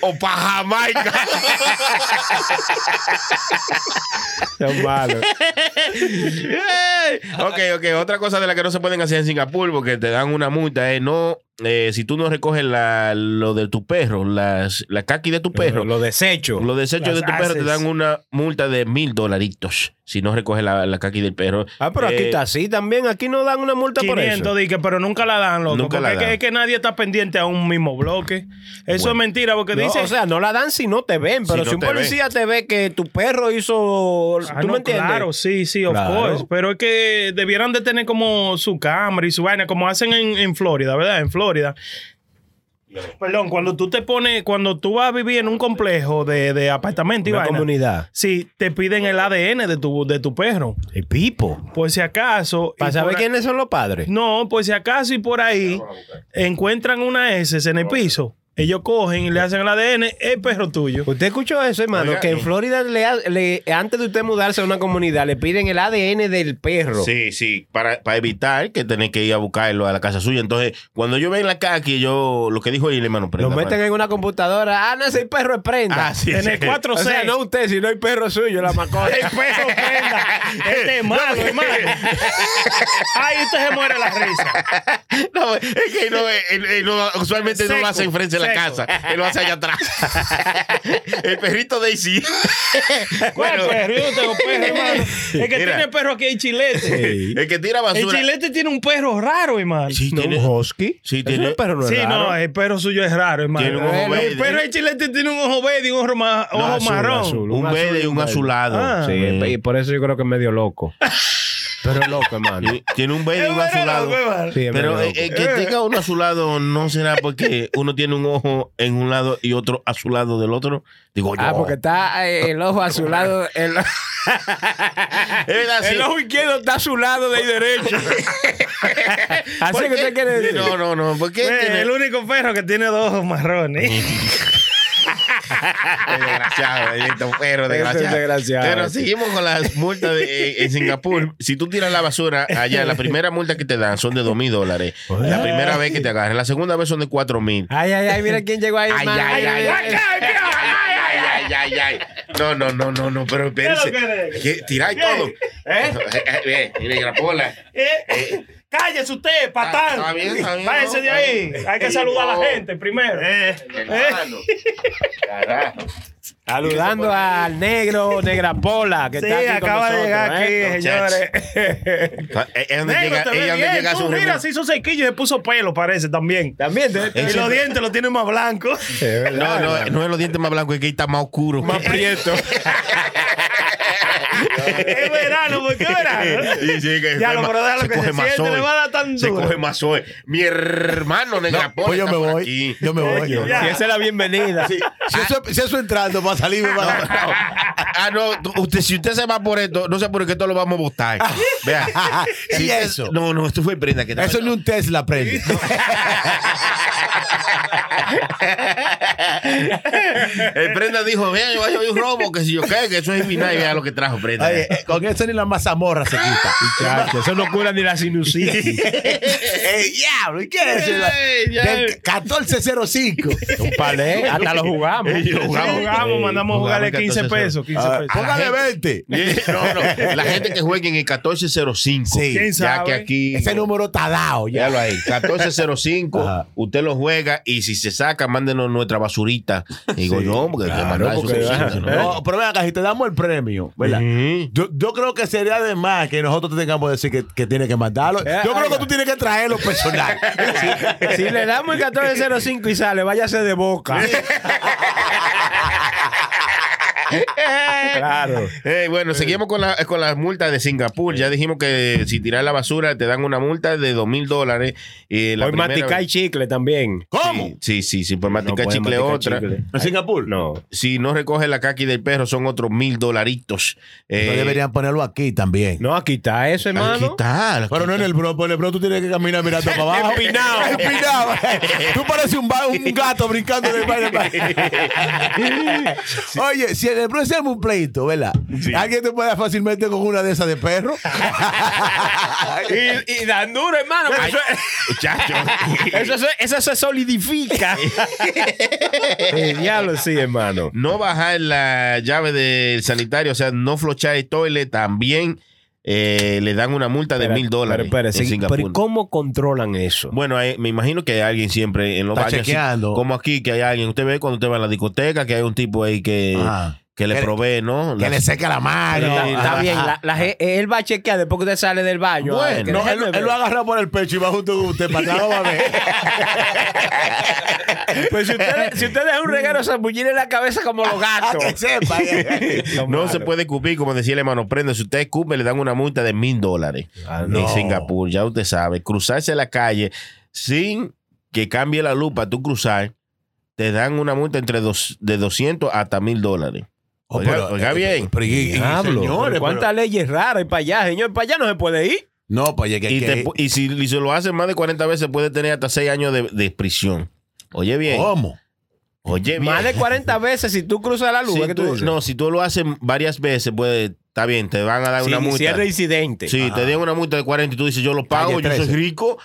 o para Jamaica. Son malos. Ey. ok, ok. Otra cosa de la que no se pueden hacer en Singapur porque te dan una multa es no, eh, si tú no recoges la, lo de tu perro, las, la caqui de tu perro, Lo desecho. los desechos Las de tu perro te haces. dan una multa de mil dolaritos si no recoges la, la caqui del perro. Ah, pero aquí Eh, está así también. Aquí no dan una multa por 500, eso. dije, pero nunca la dan, loco. Nunca la porque es que- dan. Es, que, nadie está pendiente a un mismo bloque. Eso Bueno. es mentira, porque No, dice. o sea, no la dan si no te ven, pero si, no un te ven. policía te ve que tu perro hizo... Ah, ¿Tú no, me entiendes? Claro, sí, sí, of Claro. course. Pero es que debieran de tener como su cámara y su vaina, como hacen en, en Florida, ¿verdad? En Florida. Perdón, cuando tú te pones, cuando tú vas a vivir en un complejo de, de apartamento y Una vaina, comunidad. sí, te piden el ADN de tu, de tu perro. El pipo. Por si acaso. y Para saber por a- quiénes son los padres. No, por si acaso y por ahí encuentran una S en el piso. Ellos cogen y le hacen el ADN, el perro tuyo. Usted escuchó eso, hermano, Oiga, que en y- Florida, le ha- le- antes de usted mudarse a una comunidad, le piden el ADN del perro. Sí, sí, para, para evitar que tenés que ir a buscarlo a la casa suya. Entonces, cuando yo ven la caqui, yo lo que dijo el hermano Lo prenda, meten en una computadora. Ah, no, ese perro es prenda. Ah, sí, en sí. el 4 o sea, no usted, sino el perro suyo, la mascota. El perro prenda. Este es malo, hermano. Ay, usted se muere la risa. No, es que no, él- él no- usualmente no Seco, lo hace enfrente de la seco. casa, él lo hace allá atrás. el perrito Daisy. ¿Cuál Bueno. perro? Yo no tengo perro, hermano. El que Mira. tiene perro aquí es chilete. El que tira El basura. chilete tiene un perro raro, hermano. Sí, ¿No, tiene, un husky? Sí, Eso tiene- es perro no es Sí, raro. no, el perro suyo es raro, hermano. Tiene un ojo El verde. perro de chilete tiene un ojo verde y un ojo, ma- No, ojo azul, marrón. azul. un azul verde y un verde. azulado. Ah. Sí, Sí. y por eso yo creo que es medio loco. Pero es loco, hermano. Y Tiene un baby a su lado. pues, Sí, es Pero medio eh, loco. eh, que tenga uno a su lado no será porque uno tiene un ojo en un lado y otro a su lado del otro. Digo yo. Ah, porque está eh, el ojo a su lado. El, Es verdad, sí. el ojo izquierdo está a su lado de ahí derecho. Ah, Así ¿Por que qué? usted quiere decir. No, no, no. ¿Por qué tiene- el único perro que tiene dos ojos marrones. Es desgraciado, bendito perro, Este es desgraciado. desgraciado. Pero seguimos con las multas de- eh, en Singapur. Si tú tiras la basura allá, la primera multa que te dan son de dos mil dólares. La primera vez que te agarran. La segunda vez son de cuatro mil. Ay, ay, ay, mira quién llegó ahí. Ay, hermano. ay, ay, ay, ay, ay, ay, ay, ay. No, no, no, no, no, pero espérense. ¿Qué es lo que ¿Qué? Tirar y todo. Eh, eh, Mire, grapola. Eh, cállese usted, patán. está bien, está bien, Váyase no, de está ahí. bien. Hay que Sí, saludar a no. la gente primero. ¿Eh? Hermano. Carajo. Saludando al negro, negra pola, que Sí, está aquí con acaba de nosotros, llegar aquí, ¿eh? señores. Ah, eh, Es donde Negro, llega, te ve es donde bien. llega Tú su mira, reunión. se hizo sequillo y se puso pelo, parece, también. También te- te- Y los dientes los tiene más blancos. No, no, no es los dientes más blancos, es que está más oscuro. más prieto. es verano, ¿por qué verano? Sí, sí, que Ya, coge lo ma- pero deja lo se que coge se más siente, sol. le va a dar tan Se duro. coge más hoy. Mi hermano negra Pola Pues yo está me por voy. aquí. Yo me voy. yo. Ya. Y esa es la bienvenida. Si eso, si eso entrando para salir, me van a- Ah, no, tú- usted, si usted se va por esto, no sé por qué esto lo vamos a votar. Vea. ¿Y usted- eso? No, no, esto fue prenda que estaba- Eso ni un Tesla prende. El prenda dijo, vea, yo hay un robo, que si yo qué, que eso es final y vea lo que trajo prenda. Oye, eh, con eso ni la mazamorra se quita. Chacho, eso no cura ni la sinusitis. Eh, diablo, ¿y qué es eso? Ey, ya. Del 1405. Un palé, hasta lo jugamos. Ey, lo Jugamos, jugamos. jugamos, Sí, mandamos jugamos a jugarle que 15 entonces pesos, 15 Ah, pesos. Póngale 20. No, no, la gente que juegue en el 1405. Sí. Ya ¿Quién sabe? que aquí. Ese número está dado ya. Véalo ahí, 1405. Ajá. Usted lo juega y si se saca, mándenos nuestra basurita. Y digo yo, porque hay que Claro, mandar eso porque- sí, sí, No, pues, pero ven acá, si te damos el premio, ¿verdad? Ujú. Yo, yo creo que sería de más que nosotros te tengamos que decir que, que tienes que mandarlo. Yo Eh, creo que oiga. tú tienes que traerlo personal. Si le damos el 1405 y sale, váyase de boca. Claro. Eh, bueno, seguimos con, la, con las multas de Singapur. Ya dijimos que si tiras la basura te dan una multa de dos mil dólares. Eh, la Hoy primera- matica y chicle también. ¿Cómo? Sí, sí, sí, por masticar No puede chicle masticar otra. chicle. ¿En Singapur? No. Si no recoge la caqui del perro, son otros mil dolaritos. Eh, No deberían ponerlo aquí también. No, aquí está eso, hermano. Aquí está. Pero no en el bro, porque en el bro tú tienes que caminar mirando para abajo. Empinado. Empinado. Tú pareces un, ba- un gato brincando de par en par. Oye, si en el bro se arma un pleito, ¿verdad? Alguien te puede dar fácilmente con una de esas de perro. Ah, Y, y dan duro, hermano. porque eso, Muchacho. eso se- eso se solidifica. El diablo, sí, hermano. No bajar la llave del sanitario, o sea, no flochar el toilet, también eh, le dan una multa de Espera, mil dólares. Pero, espera, en sí, Singapur. pero ¿y ¿cómo controlan eso? Bueno, eh, me imagino que hay alguien siempre en los Está baños, así chequeando. como aquí, que hay alguien. Usted ve cuando usted va a la discoteca que hay un tipo ahí que, Ajá. que le Que- provee, ¿no? Ah, Que Las- le seca la mano. Pero está, está Ajá. bien, la- la je- él va a chequear después que usted sale del baño. a ver, que Bueno, no, él, déjeme él lo ver. agarra por el pecho y va junto con usted para acá, va a Ah, ver. Pues si usted, si usted deja un regalo zambullirle la cabeza como los A gatos. que sepa. no se puede escupir, como decía el hermano Prende. Si usted escupe, le dan una multa de mil dólares en Ah, no. Singapur, ya usted sabe. Cruzarse la calle sin que cambie la luz para tú cruzar, te dan una multa entre dos, de 200 hasta mil dólares. Oh, Oiga- pero- oiga bien. Pero, y- y- Diablo, señores, pero ¿Cuántas leyes raras hay para allá, señor? Para allá no se puede ir. pero- No, pues llegué Y, que- te pu- y si y se lo hacen más de 40 veces, puede tener hasta 6 años de, de prisión. Oye bien, ¿Cómo? oye bien. Oh, Más de 40 veces si tú cruzas la luz. Si ¿qué tú tú- dices? no, si tú lo haces varias veces, pues está bien, te van a dar Si- una multa. si es reincidente. Sí, te dieron una multa de 40 y tú dices, yo lo pago, yo Calle soy 13. rico.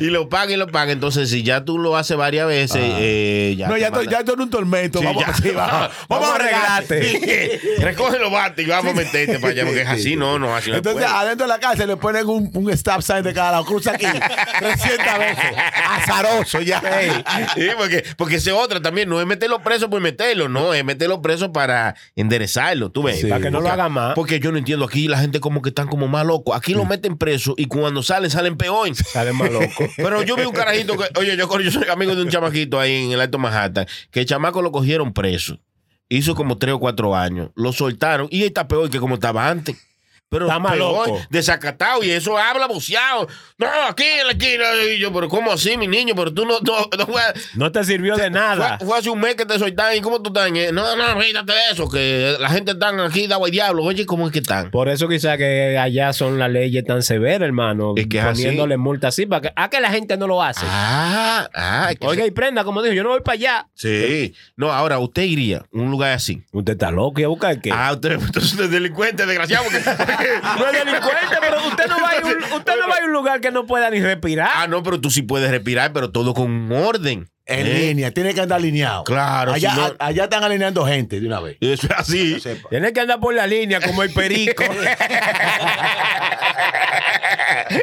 y lo paga y lo paga. Entonces, si ya tú lo haces varias veces, eh, ya. Ah. no, te ya, estoy, manda- ya estoy en un tormento. Sí, vamos, ya. sí, vamos, vamos a arreglarte. Recoge los bates y vamos a meterte para allá, porque es así, no, no, así no Entonces, ah, puede. adentro de la cárcel le ponen un, un stop sign de cada lado. Cruza aquí 300 veces. Azaroso ya. ah, Sí, porque, porque esa es otra también, no es meterlo preso por meterlo, no, es meterlo preso para enderezarlo, tú ves. Sí. Para que no lo Porque- haga más. Porque yo no entiendo, aquí la gente como que están como más locos. Aquí lo meten preso y cuando salen, salen peor. Sale Mm. más loco. Pero yo vi un carajito que, oye, yo, yo soy amigo de un chamaquito ahí en el Alto Manhattan, que el chamaco lo cogieron preso. Hizo como tres o cuatro años. Lo soltaron y está peor que como estaba antes. Pero Está más peor, loco. desacatado y eso habla buceado. No, aquí en la esquina. Y yo, pero ¿cómo así, mi niño? Pero tú no, no, no fue, No te sirvió de nada. fue- fue hace un mes que te soltaron. ¿Y cómo tú estás? Eh, No, no, quítate de eso, que la gente está aquí, daba el diablo. Oye, ¿cómo es que están? Por eso quizá que allá son las leyes tan severas, hermano. Es que es así. poniéndole multa así para que, a que la gente no lo hace. Ah, ah, es que Oiga, y prenda, como dijo, yo no voy para allá. sí. No, ahora usted iría a un lugar así. Usted está loco y a buscar qué. Ah, usted, usted es un delincuente, desgraciado. porque- No es delincuente, pero usted no va a ir, un- usted no va a ir a un lugar que no pueda ni respirar. ah, no, pero tú sí puedes respirar, pero todo con un orden. En ¿eh? línea, tiene que andar alineado. Claro, Allá, si no- a- allá están alineando gente de una vez. Eso es así. Sepa. Tiene que andar por la línea como el perico.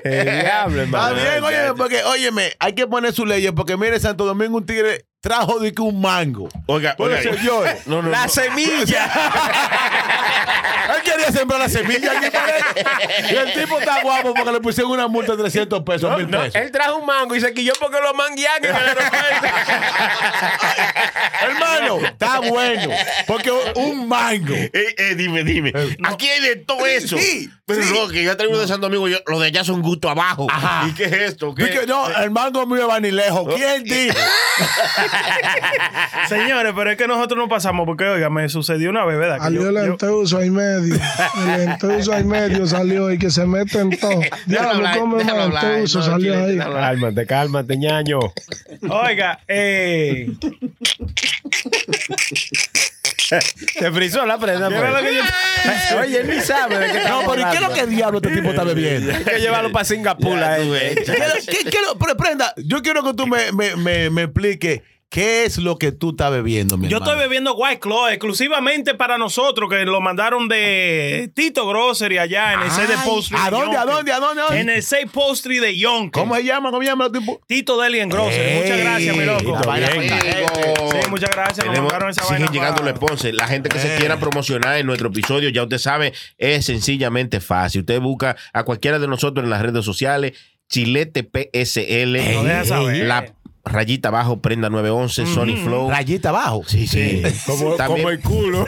el diablo, Está hermano. Ah, bien, óyeme, porque, óyeme, hay que poner sus leyes, porque mire, Santo Domingo, un tigre trajo de que un mango. Oiga, Pero oiga. señor, No, no, La no. semilla. él quería sembrar la semilla aquí para él. Y el tipo está guapo porque le pusieron una multa de 300 pesos, mil No, pesos. él trajo un mango y se quilló porque lo manguearon en el aeropuerto. Hermano, está bueno, porque un mango. Eh, eh, dime, dime. Aquí hay de todo eso. sí, pero sí. no, que yo termino de Santo Domingo, yo- lo de allá son gusto abajo. Ajá. ¿Y qué es esto? ¿Qué? Dije, no, el mango mío va ni lejos. ¿Quién dijo? Señores, pero es que nosotros no pasamos porque, oiga, me sucedió una vez, ¿verdad? Que Salió yo- el yo- entuso ahí medio. El entuso ahí medio salió y que se mete en todo. Déjalo Diablo, hablar, cómo el déjalo hablar, entuso no, salió chilete, ahí. déjalo hablar. cálmate, cálmate, ñaño. Oiga, eh, Se frizó la prenda. Mira lo pues. que yo- Oye, él ni sabe de qué No, estamos pero ¿y qué es lo hablando. que diablo este tipo está bebiendo? Hay que llevarlo para Singapur. Ya a tú él. ves. eh. ¿Qué- qué- qué lo- pero prenda, yo quiero que tú me, me, me, me expliques qué es lo que tú estás bebiendo, mi yo hermano. estoy bebiendo White Claw exclusivamente para nosotros que lo mandaron de Tito Grocery allá en el 6 de Ay, Postry. ¿A de dónde, a Yonke. dónde, a dónde? a dónde? En el 6 Postry de Yonke. ¿Cómo se llama? ¿Cómo se llama el tipo? Tito Deli en Grocery. muchas Ey, gracias, mi loco. la vaina Bien. fue caliente. Sí, muchas gracias. nos Tenemos- mandaron esa siguen vaina Eh. llegando pa- los sponsors. La gente que se quiera promocionar en nuestro episodio, ya usted sabe, es sencillamente fácil. Usted busca a cualquiera de nosotros en las redes sociales, Chilete PSL, Nos deja saber. la rayita abajo, prenda 911, Sony Flow. Rayita abajo. Sí, sí. Como, También- como el culo.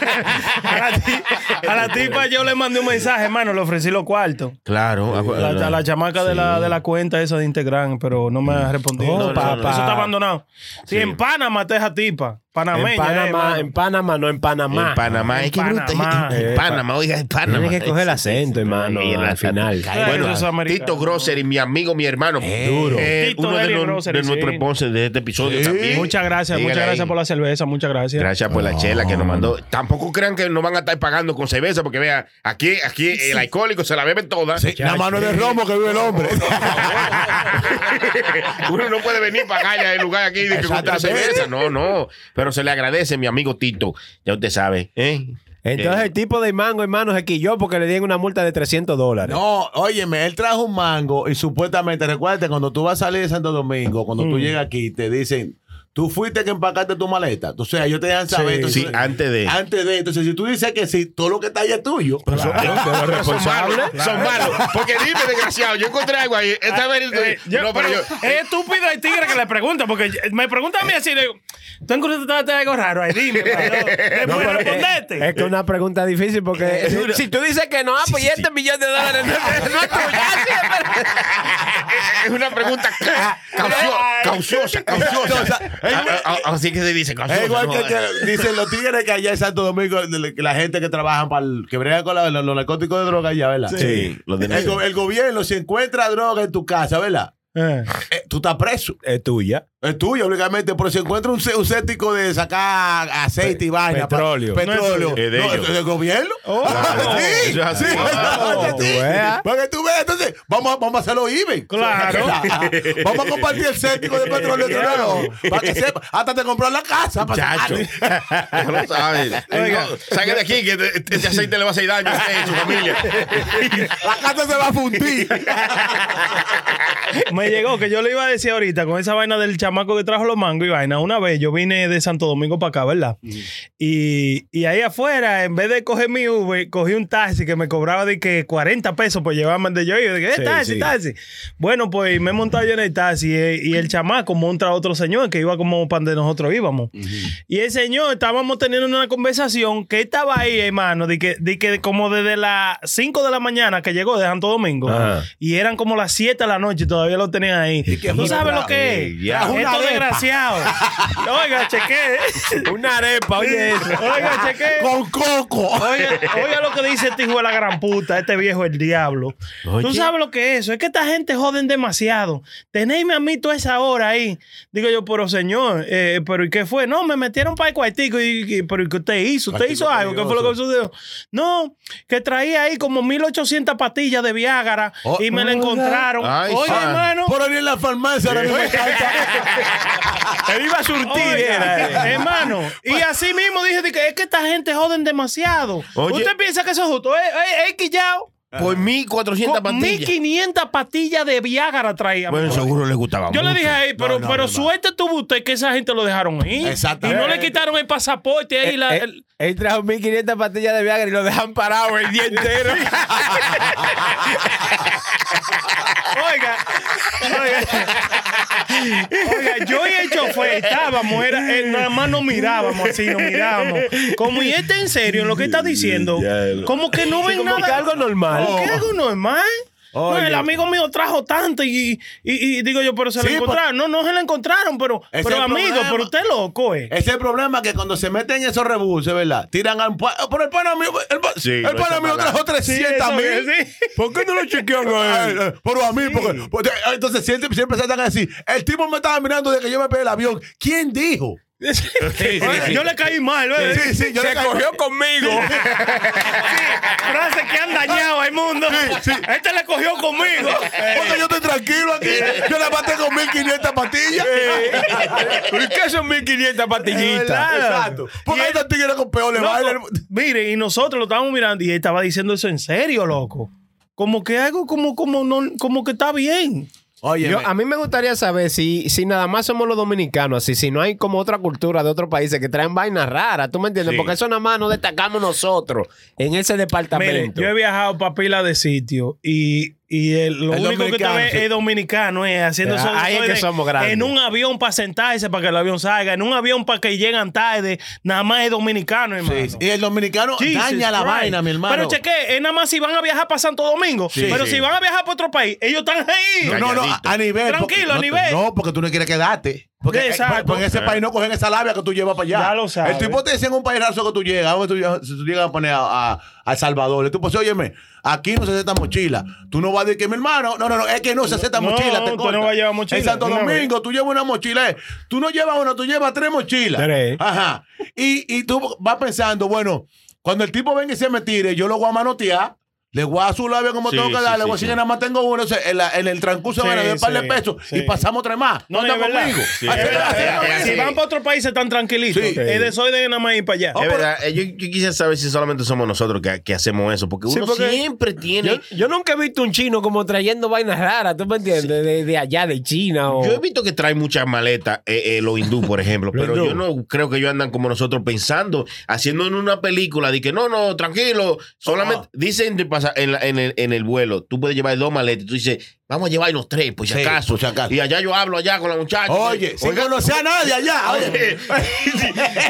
A la, ti- a la tipa yo le mandé un mensaje, hermano, le ofrecí los cuartos. Claro. acu- A la, a la chamaca de, Sí. la, de la cuenta esa de Instagram, pero no me ha respondido. Oh, No, no, no, papá. Eso está abandonado. Si Sí. en Panamá te esa tipa, panameña. En eh, Panamá, hermano. en Panamá, no en Panamá. En Panamá. En Es que bruto, Panamá. en- en Eh, Panamá, oiga, en Panamá. Tienes que coger el acento, hermano, Y el al acento. final. Ay, bueno, esos americanos. Tito Grosser, mi amigo, mi hermano. Duro. Eh, Tito uno de, Deli no- Grosser, de nuestros sí. sponsors de este episodio Sí. también. Muchas gracias, Dígale muchas ahí. gracias por la cerveza, muchas gracias. Gracias por la chela que nos mandó. Tampoco crean que no van a estar pagando con cerveza, porque vea, aquí, aquí el alcohólico se la bebe toda. Sí, la mano de romo que vive el hombre. Uno no puede venir para acá ya el lugar aquí de que con tres Exactamente. cervezas. No, no. Pero se le agradece, mi amigo Tito. Ya usted sabe. ¿eh? Entonces Eh, el tipo de mango, hermano, se quilló porque le dieron una multa de 300 dólares. No, óyeme, él trajo un mango y supuestamente, recuérdate, cuando tú vas a salir de Santo Domingo, cuando Mm. tú llegas aquí, te dicen, tú fuiste que empacaste tu maleta. O sea, ellos te dejan saber. entonces- sí, antes de. Antes de, entonces, si tú dices que sí, todo lo que está allá es tuyo. Son malos, son malos. Porque dime, desgraciado, yo encontré algo ahí. Esta vez- Eh, yo- no, pero pero yo, es estúpido el tigre que le pregunta, porque yo- me pregunta a mí así, le digo, tú encontraste algo raro ahí, dime, pero después No, pero respondete. eh, es, es que es una pregunta difícil Eh, porque si tú dices que no, ah, pues y este millón de dólares no es no es tuyo. Ah, sí, es una pregunta ca- caucio- cauciosa, Ah, No, o cauciosa. sea, es igual- A- a- a- Así que se dice cauciosa. Es igual ¿no? eh. que, que dicen los tigres que allá en Santo Domingo, de- que la gente que trabaja para el- que brega con la- los, los narcóticos de droga allá, ¿verdad? Sí, lo de El, go- el gobierno, si encuentra droga en tu casa, ¿verdad? Eh. Eh, tú estás preso. Es tuya. Es tuyo, obligadamente. Pero si encuentra un, ce- un cético de sacar aceite y vaina. pa- petróleo. Petróleo. Es de No, ellos. ¿Del gobierno? Claro. sí, Eso es así. sí, Claro. sí. Tú veas. Porque tú ves, entonces, vamos a, vamos a hacerlo even. Ah, Claro. vamos a compartir el cético de petróleo. entre nosotros, Para que sepa. Hasta te comprar la casa. para Chacho. sacarle. Ya lo sabes. Oiga. No, saque de aquí que te- te- este aceite le va a hacer daño a usted y su familia. La casa se va a fundir. Me llegó que yo le iba a decir ahorita con esa vaina del chamaco que trajo los mangos y vaina, una vez yo vine de Santo Domingo para acá, ¿verdad? Y, y ahí afuera, en vez de coger mi Uber, cogí un taxi que me cobraba de que 40 pesos por llevarme de yo. Y yo dije, eh, Sí, taxi, sí. taxi. Bueno, pues me he montado yo en el taxi eh, y el chamaco monta a otro señor que iba como para donde nosotros íbamos. Y el señor, estábamos teniendo una conversación que estaba ahí, hermano, de que, de que como desde las 5 de la mañana que llegó de Santo Domingo. Ajá. Y eran como las 7 de la noche y todavía lo tenían ahí. ¿Tú sabes lo que es? ya. Estos Una arepa. desgraciados. Oiga, chequé. Una arepa, oye eso. Oiga, chequé. Con coco. Oiga, oiga lo que dice este hijo de la gran puta, este viejo el diablo. Tú sabes lo que es eso. Es que esta gente joden demasiado. Tenéisme a mí toda esa hora ahí. Digo yo, pero señor, eh, ¿pero y qué fue? No, me metieron para el cuartico. Y, y- ¿Pero y qué usted hizo? ¿Usted Cuartico hizo algo? ¿Qué fue lo que sucedió? No, que traía ahí como 1800 pastillas de Viagra Oh, y me la encontraron. Ay, oiga, fan. hermano. Por ahí en la farmacia ahora mismo Él iba a surtir. Oiga, era, eh. hermano, y así mismo dije de que es que esta gente joden demasiado. Oye. Usted piensa que eso es justo, es eh, eh, quillao. Por 1400 Con pastillas. 1500 pastillas de Viagra traía. Bueno, hermano. seguro les gustaba Yo le mucho. dije ahí, pero, no, pero no, no. suerte tuvo usted que esa gente lo dejaron ahí. Y Exactamente. no le quitaron el pasaporte ahí. la- Él- el- Él trajo 1500 pastillas de Viagra y lo dejan parado el día entero. Oiga, oiga, Oiga, yo y el chofer estábamos, era, eh, nada más nos mirábamos así, nos mirábamos. Como, y este en serio, lo que está diciendo, como que no ven Como nada. que algo normal. ¿Por qué Oh. algo normal? No, Oye. el amigo mío trajo tanto y, y- y digo yo, pero se lo Sí, pues. encontraron. No, no se lo encontraron, pero, Ese pero es el amigo, problema. pero usted loco, eh. Ese es el problema que cuando se meten en esos rebuses, ¿verdad? Tiran al pa- Por el pana mío, el, pa- Sí, el lo pana echan mío para trajo 300 mil. eso, sí. ¿Por qué no lo chequean a él? Eh, Pero a mí, porque, porque- entonces siempre, siempre se están a decir, el tipo me estaba mirando desde que yo me pegué el avión. ¿Quién dijo? Oye, Yo le caí mal, ¿verdad? Sí, sí, yo Se le caí- cogió conmigo. Frase que han dañado al mundo. Este le cogió conmigo. Porque yo estoy tranquilo aquí. Yo la maté con 1500 pastillas. ¿Por qué son 1500 pastillitas? Exacto. Porque esta tigre con peor le baila. Loco, mire, y nosotros lo estábamos mirando y él estaba diciendo eso en serio, loco. Como que algo como, como, no, como que está bien. Oye, Yo, a mí me gustaría saber si, si nada más somos los dominicanos, así, si no hay como otra cultura de otros países que traen vainas raras, ¿tú me entiendes? Sí. Porque eso nada más nos destacamos nosotros en ese Mire, departamento. yo he viajado para pila de sitio y, y el- lo El único que te dominicano, ve sí. Ah, es dominicano, eh, haciendo Ya, eso. ahí es eso que de- somos grandes. En un avión para sentarse, para que el avión salga, en un avión para que llegan tarde, nada más es dominicano, hermano. Y el dominicano Jesus daña la Christ. vaina, mi hermano. Pero cheque, es nada más si van a viajar para Santo Domingo. pero sí. si van a viajar para otro país, ellos están ahí. No, no, no, a- a nivel. Tranquilo, porque- a no, nivel. No, porque tú no quieres quedarte. Porque, Exacto. eh, porque en ese país no cogen esa labia que tú llevas para allá. Ya lo sabes. El tipo te dice en un país raso que tú llegas, que tú, llegas- si tú llegas a poner a, a- a El Salvador. El tipo dice, óyeme, aquí no se acepta mochila. Tú no vas a decir que mi hermano, no, no, no, es que no se acepta No, mochila. te tú cortan. no vas a llevar mochila. En Santo Una Domingo tú llevas una mochila. eh. Tú no llevas una, tú llevas tres mochilas. Tres. Ajá. Y, y tú vas pensando, bueno, cuando el tipo venga y se me tire, yo lo voy a manotear. Le voy a dar su labio como Sí, tengo que sí, darle, sí, le voy a decir sí. que nada más tengo uno. O sea, en, la- en el transcurso Sí, van a dar un par de sí, pesos y sí. pasamos tres más. No, No, Ah, es están verdad. conmigo. Sí, Así es es, así es. verdad. Si van para otro país, están tranquilitos. Sí. Es de soy de nada más ir para allá. Es verdad, eh, yo, yo quisiera saber si solamente somos nosotros que, que hacemos eso, porque Sí, uno porque siempre Yo, tiene. yo nunca he visto un chino como trayendo vainas raras, ¿tú me entiendes? De, de allá, de China o... Yo he visto que traen muchas maletas, eh, eh, los hindú, por ejemplo, pero hindú. yo no creo que ellos andan como nosotros pensando, haciendo en una película de que no, no, tranquilo, Ah. solamente dicen de pasar en, la- en el, en el vuelo, tú puedes llevar dos maletas, tú dices, vamos a llevarnos tres, pues si Sí, acaso. por si acaso. Y allá yo hablo allá con la muchacha. Oye, sin Oiga, conocer a nadie allá. Oye.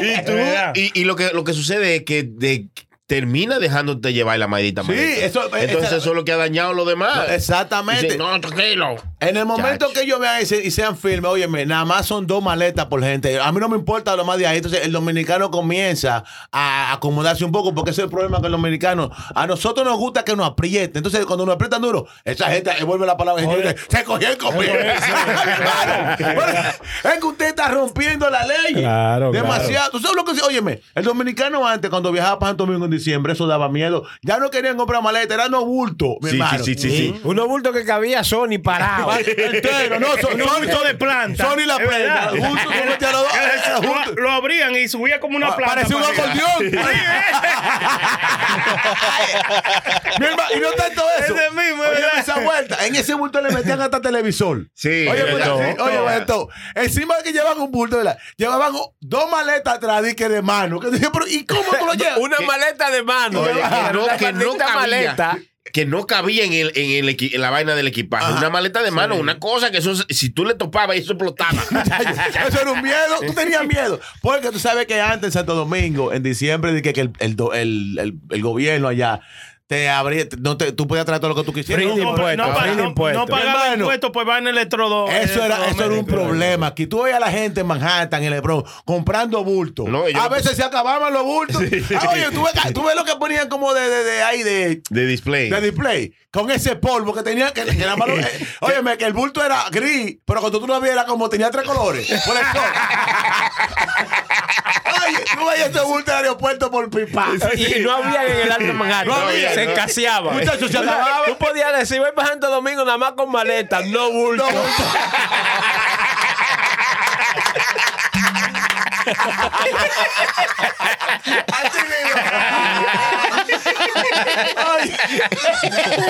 y, tú- ¿Verdad? y- y lo que lo que sucede es que de- termina dejándote llevar la maldita Sí, maleta. eso- eh, entonces esa- eso es lo que ha dañado a los demás. Exactamente. Dice, no, tranquilo. En el momento Chacho. que ellos vean y, se- y sean firmes, óyeme, nada más son dos maletas por gente. A mí no me importa lo más de ahí. Entonces, el dominicano comienza a acomodarse un poco porque ese es el problema con el dominicano. A nosotros nos gusta que nos aprieten. Entonces, cuando nos aprietan duro, esa gente, eh, vuelve la palabra, gente, dice, se cogió el comienzo. es que usted está rompiendo la ley. Claro, Demasiado. ¿Tú sabes lo que se- Óyeme, el dominicano antes, cuando viajaba para Santo Domingo en diciembre, eso daba miedo. Ya no querían comprar maletas, eran los bultos, mi Sí, hermano. sí, sí, sí, sí. Unos bultos que cabía Sony parado. Entero, no, son, Un son- bulto de planta. Sony la Es verdad. planta. Justo, se metía los dos, eh, Lo, justo. lo abrían y subía como una Ah, planta. Parecía un para arriba. acordeón. Mi hermano, y no tanto eso. Ese mismo, es Óyeme, verdad. esa vuelta, en ese bulto le metían hasta televisor. Sí, Oye, de pues, todo. sí, oye, pues, esto. Encima de que llevaban un bulto, ¿verdad? Llevaban dos maletas atrás de que de mano. Que dije, pero, ¿y cómo tú lo llevas? Una maleta de mano. Oye, que no- Una que no maldita cabía. maleta. que no cabía en, el, en, el equi- en la vaina del equipaje. Una maleta de mano, una cosa que eso, si tú le topabas, eso explotaba. Eso era un miedo. Tú tenías miedo. Porque tú sabes que antes en Santo Domingo, en diciembre, dije que el, el do- el- el- el gobierno allá te abría, te- no te- tú podías traer todo lo que tú quisieras. Free No, de no, impuestos, no, pa- free de no. impuestos. no pagaba Hermano. impuestos, pues va en electrodo. Eso era, eso era un electrodoméstico. problema. Aquí tú veías a la gente en Manhattan, en el Bronx, comprando bultos. No, yo- a veces se acababan los bultos. Ah, oye, tú ves, tú ves lo que ponían como de, de, de ahí, de, De display. de display, con ese polvo que tenía que, que nada más lo- eh, óyeme, que el bulto era gris, pero cuando tú lo vieras como tenía tres colores. Por el sol. Oye, tú veías ese bulto del aeropuerto por pipa. Y no había en el Alto Manhattan. No había, se no. escaseaba. Muchachos, se acababa. Tú podías decir, voy para Santo Domingo nada más con maleta, no bulto. Así mismo. Ay.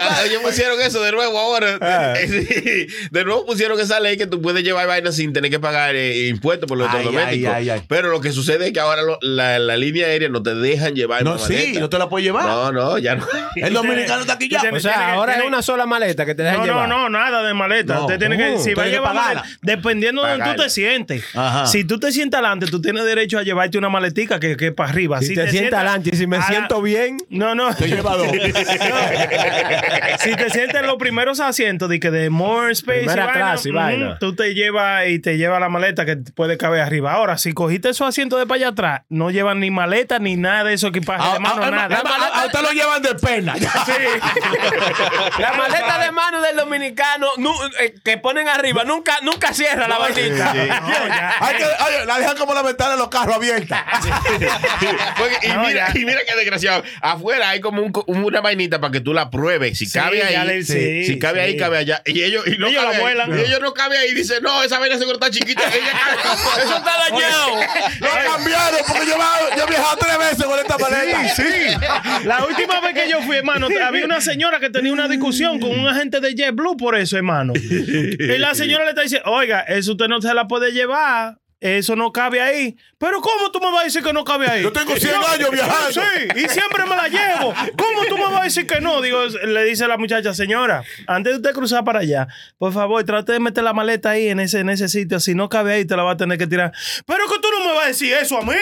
Ah, Ellos pusieron eso de nuevo Ah. ahora. Sí, De nuevo pusieron esa ley que tú puedes llevar vainas sin tener que pagar eh, impuestos por los Ay, electrodomésticos. ay, ay, ay. Pero lo que sucede es que ahora lo- la, la línea aérea no te dejan llevar No, una sí, maleta. no te la puedes llevar. No, no, ya no. El dominicano está aquí ya. pues, O Tiene- sea, tiene- ahora es tiene- una sola maleta que te dejan No, llevar. no, no, nada de maleta. No. uh, Usted tiene No, que, si va a tiene que llevar pagarla. maleta, dependiendo de donde tú Pagarla. te sientes. Ajá. Si tú te sientas adelante, tú tienes derecho a llevarte una maletica que, que es para arriba. Si, te, sientas adelante y si me a la- siento bien, No, no. Te lleva dos. No. si te sientes en los primeros asientos de que de more space Primera y vaina, clase y ujú, vaina. tú te llevas y te llevas la maleta que puede caber arriba. Ahora, si cogiste esos asientos de para allá atrás, no llevan ni maleta ni nada de eso equipaje, A- hermano, a- a- nada. a- a usted lo llevan de pena. la maleta de mano del dominicano nu- eh, que ponen arriba nunca, nunca cierra la vainita. No, ya. Hay que- oye, la dejan como la ventana de los carros abierta. Porque- y, No, mira, ya. y mira qué desgraciado. Afuera hay como un co- una vainita para que tú la pruebes. Si Sí, cabe ya ahí, le- sí, si cabe sí. ahí, cabe allá. Y ellos, y no Ellos la cabe ahí. vuelan. Y ellos no cabe ahí. Dicen, no, esa vaina seguro está chiquita. Ella cabe. Eso está dañado. Lo cambiaron porque yo, va- yo he viajado tres veces con esta maleta. La última vez que yo fui, hermano, había una señora que tenía una discusión con un agente de JetBlue por eso, hermano. Y la señora le está diciendo, oiga, eso usted no se la puede llevar. Eso no cabe ahí. Pero ¿cómo tú me vas a decir que no cabe ahí? Yo tengo 100 años viajando. Sí, y siempre me la llevo. ¿Cómo tú me vas a decir que no? Digo, le dice la muchacha, señora, antes de usted cruzar para allá, por favor, trate de meter la maleta ahí en ese, en ese sitio. Si no cabe ahí, te la va a tener que tirar. Pero que tú no me vas a decir eso a mí.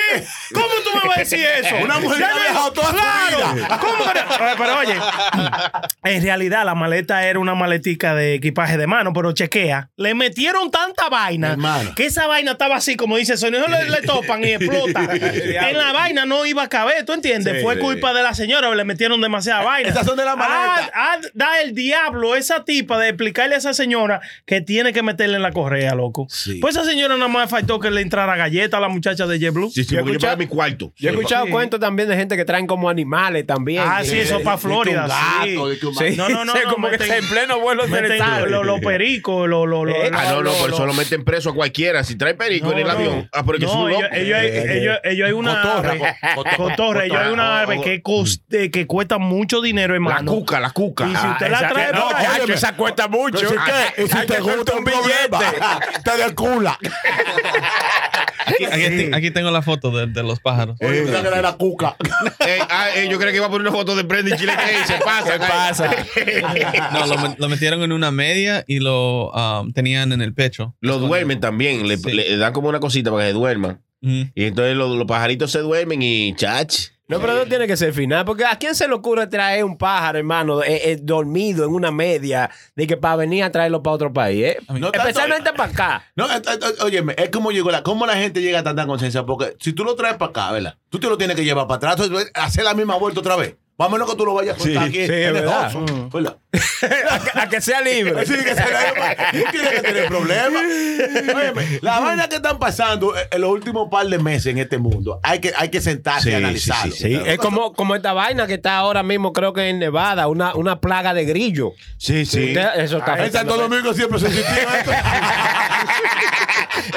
¿Cómo tú me vas a decir eso? Una mujer Ya que ha no- viajado toda su Claro. vida. ¿Cómo que no? Pero, pero oye, en realidad la maleta era una maletica de equipaje de mano, pero chequea. Le metieron tanta vaina Hermano. que esa vaina estaba así, como dice Sonido, le, le topan y explota. en la vaina no iba a caber, ¿tú entiendes? Fue culpa de la señora, le metieron demasiada vaina. Eh, Esas son de la maleta. Ah, ah, da el diablo esa tipa de explicarle a esa señora que tiene que meterle en la correa, loco. Sí. Pues esa señora nada más faltó que le entrara galleta a la muchacha de JetBlue. Sí, sí, porque yo pago mi cuarto. Yo he escuchado cuentos también de gente que traen como animales también. Ah, sí, eso para Florida. sí. Sí, No, no, no, sí, no, como que meten- en pleno vuelo se le Meten sale. Los los pericos, los. los- los- Eh, Ah, no, no, los- por eso los- lo meten preso a cualquiera. Si trae perico en el No, avión. no. Ah, pero que es No, un ellos, loco. ellos hay, ellos- ellos hay una Cotorra, ave, co- cotorra, cotorra, ellos hay una ave que, coste- que cuesta mucho dinero, Ah, La hermano. cuca, la cuca. Y si Ah, usted la trae por ahí, óyeme. esa cuesta mucho. Yo sé qué, y si Hay te que gusta cortar un un billete. billete, te descula. Aquí, aquí te- aquí tengo la foto de, de los pájaros. Oye, mira que la de la cuca. eh, ah, eh, yo creo que iba a poner una foto de Brendan Chile. que se pasa. ¿Qué pasa? No, lo, met- lo metieron en una media y lo um, tenían en el pecho. Lo duermen también. Le, Sí. le dan como una cosita para que se duerman. Ujú. Y entonces los, los pajaritos se duermen y chach. No, pero no tiene que ser final, porque ¿a quién se le ocurre traer un pájaro, hermano, eh, eh, dormido en una media, de que para venir a traerlo para otro país, eh? A mí- No tanto- Especialmente para acá. No, esto- esto- óyeme, es como llegó la, cómo la gente llega a tanta conciencia, porque si tú lo traes para acá, ¿verdad? Tú te lo tienes que llevar para atrás, entonces, hacer la misma vuelta otra vez. Vámonos que tú lo vayas a contar aquí sí, es en el verdad. oso, ¿verdad? Mm. a, que, a que sea libre. Sí, que se la lleva. Tiene que tener problemas. Óyeme, la vaina que están pasando eh, en los últimos par de meses en este mundo, hay que, hay que sentarse Sí, y analizarlo. sí, Sí, es como, como esta vaina que está ahora mismo, creo que en Nevada, una, una plaga de grillo. Sí, Ah, Usted- eso está En Santo afectando- Domingo siempre se sintió esto.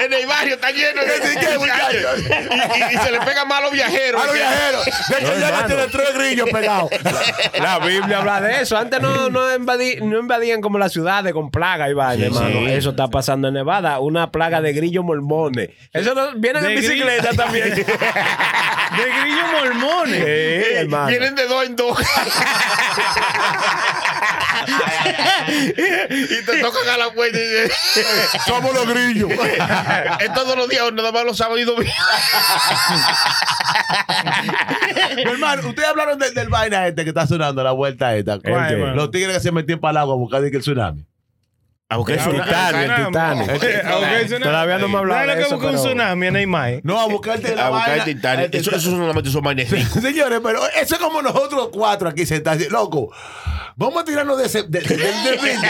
en el barrio está lleno de muchachos. Y, y- y se le pega mal a los viajeros. A los viajeros. De hecho, ya le tiene tres grillos pegados. La Biblia habla de eso. Antes no, no, invadí- no invadían como las ciudades con plaga y vaina, Sí, hermano. sí. Eso está pasando en Nevada. Una plaga de grillos mormones. Eso no, vienen De en bicicleta grillo- también. Sí, De grillo mormones. hermano. Vienen de dos en dos. y te tocan a la puerta y dicen, Somos los grillos. es todos los días, nada más los sábados y domingos. Mi hermano, ustedes hablaron de- del vaina este que está sonando, la vuelta esta. ¿El qué? Los tigres que se metían para el agua a buscar de que el tsunami. A buscar El Titanic, el Titanic. Todavía no me hablaba Claro de que eso, busca un pero- tsunami en Neymar. No, a buscar de la A buscar el vaina. Este Titanic. El Eso, eso solamente son vainas ricas. Señores, pero eso es como nosotros cuatro aquí sentados. Loco, vamos a tirarnos de ese, de, de- del- del ritmo.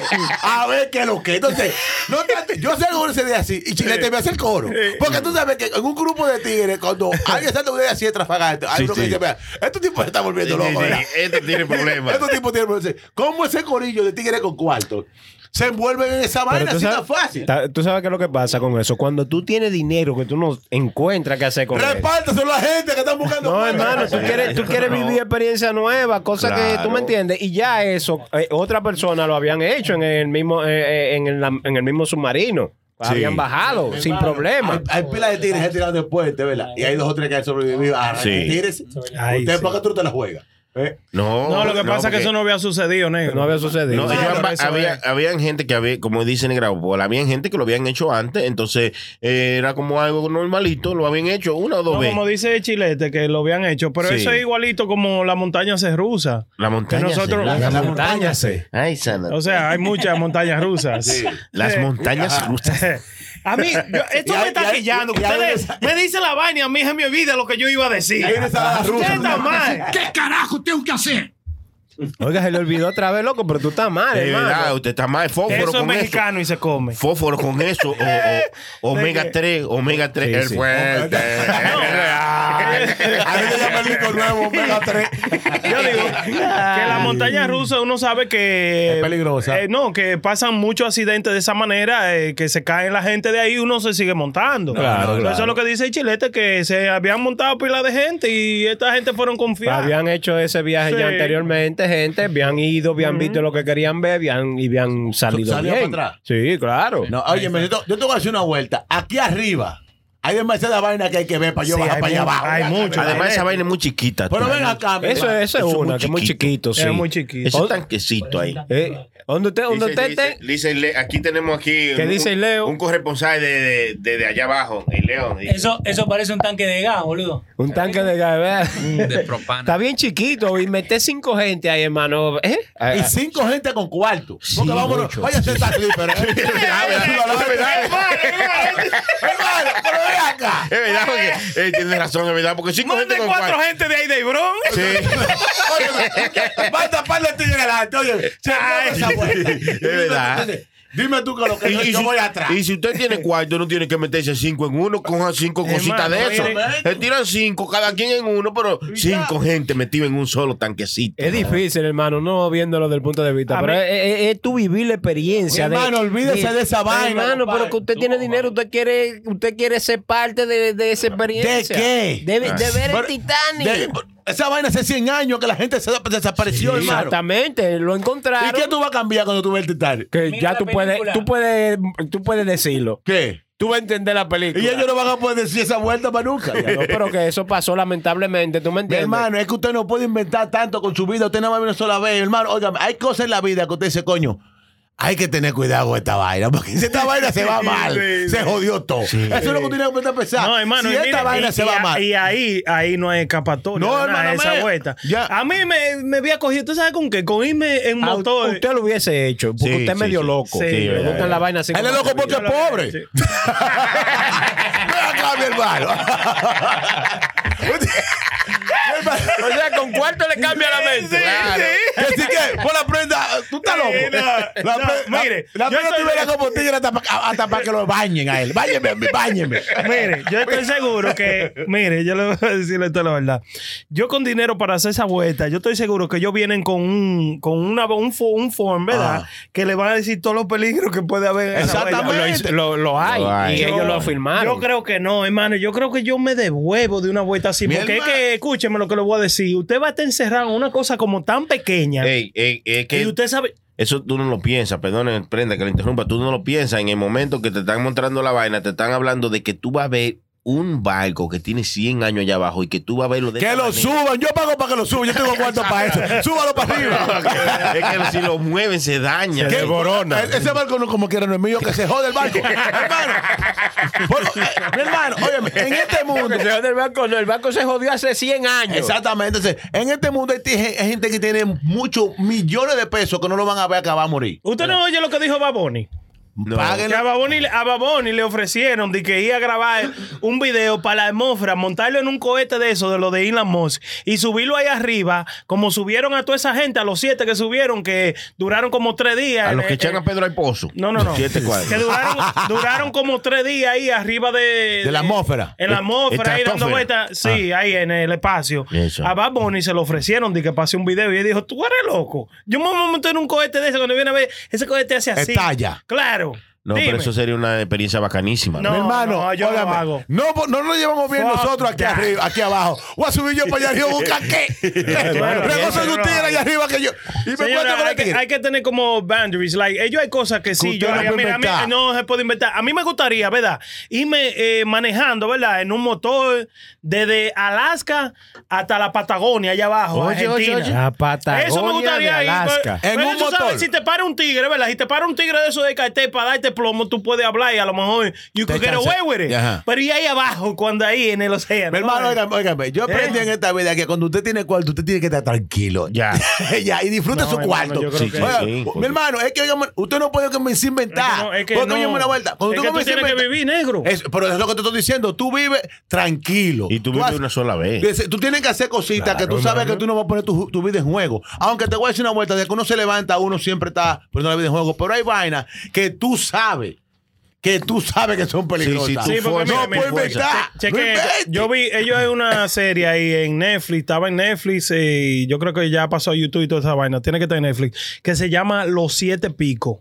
a ver qué es lo que. Entonces, no tanto- yo salgo ese día así y Chile te voy a hacer coro. Porque tú sabes que en un grupo de tigres, cuando alguien salta una idea así de trafagante, hay Sí, uno que sí. dice: Mira, estos tipos se están volviendo Sí, sí, locos. sí. ¿verdad? Este tiene problemas. Estos tipos tienen problemas. ¿Cómo ese corillo de tigres con cuarto se envuelven en esa Pero vaina tú así tan sabes- fácil? ta- Tú sabes qué es lo que pasa con eso. Cuando tú tienes dinero que tú no encuentras qué hacer con él. Repártaselo a la gente que están buscando. No, vaina. hermano, tú quieres, tú quieres vivir experiencias nuevas, cosas que tú Claro. me entiendes. Y ya eso, eh, otra persona lo habían hecho en el mismo, eh, eh, en, el, en el mismo submarino. Habían bajado sin problema. Hay, hay pilas de tigres que han tirado después, ¿verdad? Y hay dos o tres que han sobrevivido. Ah, Sí. tigres. Ay, Usted, sí. ¿por qué tú te la juegas? ¿Eh? No, No, lo que pasa es que porque- eso no había sucedido, negro. No había sucedido. No, Claro, ellos amba- Ah, eso había, es. habían gente que había, como dice Negraupol, habían gente que lo habían hecho antes, entonces eh, era como algo normalito, lo habían hecho una o dos No, veces. como dice el Chilete, que lo habían hecho, pero Sí. eso es igualito como la montaña rusa. La montaña. Que nosotros- se- La la- montaña, sí. Ay, sana. O sea, hay muchas montañas rusas. Las montañas rusas. A mí, yo- esto me Y hay- y está hay- quillando. y hay- Ustedes me dicen la vaina y a mí se me olvida lo que yo iba a decir. Hay una ensalada Ustedes rusa. están mal. Oiga, se le olvidó otra vez, loco, pero tú estás mal, De hermano. verdad, usted está mal. Fósforo Eso es con mexicano y se come. eso. Fósforo con eso. O, o- omega 3, omega 3. Sí, el sí. fuerte. A mí me llama el disco nuevo, Omega 3. Yo digo que la montaña rusa uno sabe que Es peligrosa. eh, no, que pasan muchos accidentes de esa manera, eh, que se caen la gente de ahí y uno se sigue montando. Claro, Entonces, claro. Eso es lo que dice el Chilete, que se habían montado pila de gente y esta gente fueron confiadas. Habían hecho ese viaje Sí. ya anteriormente, gente, habían ido, habían visto lo que querían ver, habían, y habían salido Salió bien. para atrás. Sí, claro. No, oye, yo, te- yo tengo que hacer una vuelta. Aquí arriba hay demasiada vaina que hay que ver para yo Sí, bajar hay para allá mu- abajo. hay mucho. Además, esa vaina es muy chiquita. Pero tú. ven acá. mi Eso, hermano. eso es Eso es una, muy que es muy chiquito. chiquito, sí. Era muy chiquito. Ese tanquecito ahí. Eh, ¿Dónde usted, dónde Dice- usted dice- esté? dice Le- aquí tenemos aquí ¿Qué un- dice Leo? un corresponsal de, de, de- de allá abajo, el León. Dice, Eso, eso parece un tanque de gas, boludo. Un tanque de gas, ¿verdad? De propana. Está bien chiquito y mete cinco gente ahí, hermano. ¿Eh? Ah, Y ah. cinco gente con cuarto. Porque vámonos. Vaya a sentar aquí, pero. eh. Hermano, pero ven acá. Es verdad, porque eh, tiene razón, es verdad, porque cinco Más de gente con cuatro cuatro. gente de ahí de Ibrón. Oye, va a tapar la tigre delante. Oye, se acabó esa vuelta. es verdad. Entonces, Dime tú que lo que Y- yo, y yo si- voy atrás. Y si usted tiene cuarto, no tiene que meterse cinco en uno, coja cinco cositas Hermano, de eso. mire. Se tiran cinco, cada quien en uno, pero cinco gente metida en un solo tanquecito. Es difícil, hermano, no viéndolo desde el punto de vista, A pero mí- es, es- es tu vivir la experiencia. Mi hermano, olvídese de esa vaina, Hermano, compadre. pero que usted tiene dinero, usted quiere usted quiere ser parte de, de esa experiencia. qué? De, de ver Pero- el Titanic. De- esa vaina hace 100 años que la gente se desapareció, hermano. Exactamente, lo ¿Y encontraron. qué tú vas a cambiar cuando tú ves el Titanic? que Mira ya la tú puedes, película. tú puedes, tú puedes decirlo. ¿Qué? Tú vas a entender la Y película. ellos no van a poder decir esa vuelta para nunca. ya, No, ¿no? pero que eso pasó lamentablemente, ¿tú me Mi entiendes? hermano, es que usted no puede inventar tanto con su vida. Usted nada más ve una sola vez. Hermano, oiga, hay cosas en la vida que usted dice, coño, hay que tener cuidado con esta vaina. Porque si esta vaina se va mal, se jodió todo. Eso es lo que usted tiene que empezar a pensar. No, hermano. si y esta mire, vaina y- se y va a- mal. Y ahí, ahí no hay escapatoria. No, No, hermano, Esa mire, vuelta. ya. A mí me, me había cogido. ¿Tú sabes con qué? Con irme en A- motor. Ah, Usted lo hubiese hecho, porque Sí, usted es sí, medio sí. loco. Sí, Le verdad, gustan verdad. la vaina así Él es como loco la porque vida. es pobre. Sí. Ven acá, mi hermano. Mi hermano. O sea, con cuarto le cambia la mente. Claro. Que sí que, pon la prenda, tú estás loco. Sí, no, la no, pre- la- mire, la yo prenda soy- tú verás como tigre hasta para que lo bañen a él. Báñeme, a mí, báñeme. Mire, yo estoy seguro que, mire, yo le voy a decirle toda la verdad. Yo con dinero para hacer esa vuelta, yo estoy seguro que ellos vienen con un, con una, un, fo- un form, ¿verdad? Ah. Que le van a decir todos los peligros que puede haber. en esa Exactamente. Lo, hizo- vuelta. lo- lo hay, Lo hay. y ellos lo Yo afirmaron. creo que no, hermano. Yo creo que yo me devuelvo de una vuelta así. Mi porque hermano- es que, escúcheme lo que le voy a decir. Usted va a estar encerrado en una cosa como tan pequeña. Ey, ey, es y Eh, que usted sabe. Eso tú no lo piensas, perdón, prenda que lo interrumpa. Tú no lo piensas en el momento que te están mostrando la vaina, te están hablando de que tú vas a ver un barco que tiene 100 años allá abajo y que tú vas a verlo de Que esta lo manera. suban. Yo pago para que lo suban. Yo tengo cuarto para eso. Súbalo para arriba. es que si lo mueven se daña. ¿Qué? Loco. E- Ese barco no como quiera no es mío, que se jode el barco. hermano. Bueno, eh, mi hermano, óyeme, en este mundo. El señor del banco, no, el banco se jodió hace 100 años. Exactamente. Entonces, en este mundo hay, t- hay gente que tiene muchos millones de pesos que no lo van a ver acabar a morir. Usted no oye lo que dijo Baboni. No. Que Páguenle. a Baboni, le- a Baboni le ofrecieron de que iba a grabar un video para la atmósfera, montarlo en un cohete de eso, de lo de Elon Musk, y subirlo ahí arriba, como subieron a toda esa gente, a los siete que subieron, que duraron como tres días. A los en- que en- echan a Pedro al pozo. No, no, no. Siete Que cuadros. duraron, duraron como tres días ahí arriba de. De la atmósfera. En la atmósfera, ahí dando Estratosfera. vueltas. Sí, ahí en el espacio. Eso. A Bad Bunny se lo ofrecieron de que pase un video y él dijo: Tú eres loco. Yo me voy a montar en un cohete de ese cuando viene a ver. Ese cohete hace así. Estalla. Claro. No, Dime. pero eso sería una experiencia bacanísima. No, Mi hermano, no, yo no óigame, hago. No, po- no nos llevamos bien Fuck nosotros aquí that. arriba, aquí abajo. Voy a subir yo para allá arriba, busca qué. Claro, Pero no soy bien, un tigre no. allá arriba que yo. Y me Señora, encuentro con hay, el que, hay tigre. que tener como boundaries. Like, ellos hay cosas que sí, usted yo no haría. puede Mira, a mí- inventar. no se puede inventar. A mí me gustaría, ¿verdad? Irme eh, manejando, ¿verdad? En un motor desde Alaska hasta la Patagonia, allá abajo. Oye, Argentina. oye, oye. La Patagonia Eso me gustaría de ir, Alaska. pero- En pero un tú sabes, motor. si te para un tigre, ¿verdad? Si te para un tigre de eso de cartel para darte plomo, tú puedes hablar y a lo mejor you Te could get chance- away with it. Ajá. Pero y ahí abajo, cuando ahí en el océano. Mi hermano, ¿no? óigame, óigame, yo aprendí Eh. en esta vida que cuando usted tiene cuarto, usted tiene que estar tranquilo. Ya. ya, y disfrute No, su hermano, cuarto. yo creo Sí, que- sí, Oiga, sí, mi porque- hermano, es que óigame, usted no puede convencer inventar. no, es que Porque, no. óigame una vuelta. Cuando Es tú que tú comienzas a tienes que inventar- vivir, negro. Es- pero eso es lo que te estoy diciendo. Tú vives tranquilo. Y tú vives haces- una sola vez. Dice, Tú tienes que hacer cositas que tú sabes que tú no vas a poner tu, tu vida en juego. Aunque te voy a decir una vuelta, de que uno se levanta, uno siempre está poniendo la vida en juego. Pero hay vainas que tú sabes, que tú sabes que son peligrosas. tú Sí, porque Fuerza, mira, no mira, puedes fuerza. inventar. che- no cheque, inventes. yo vi, ellos hay una serie ahí en Netflix, estaba en Netflix eh, y yo creo que ya pasó a YouTube y toda esa vaina, tiene que estar en Netflix, que se llama Los Siete Picos.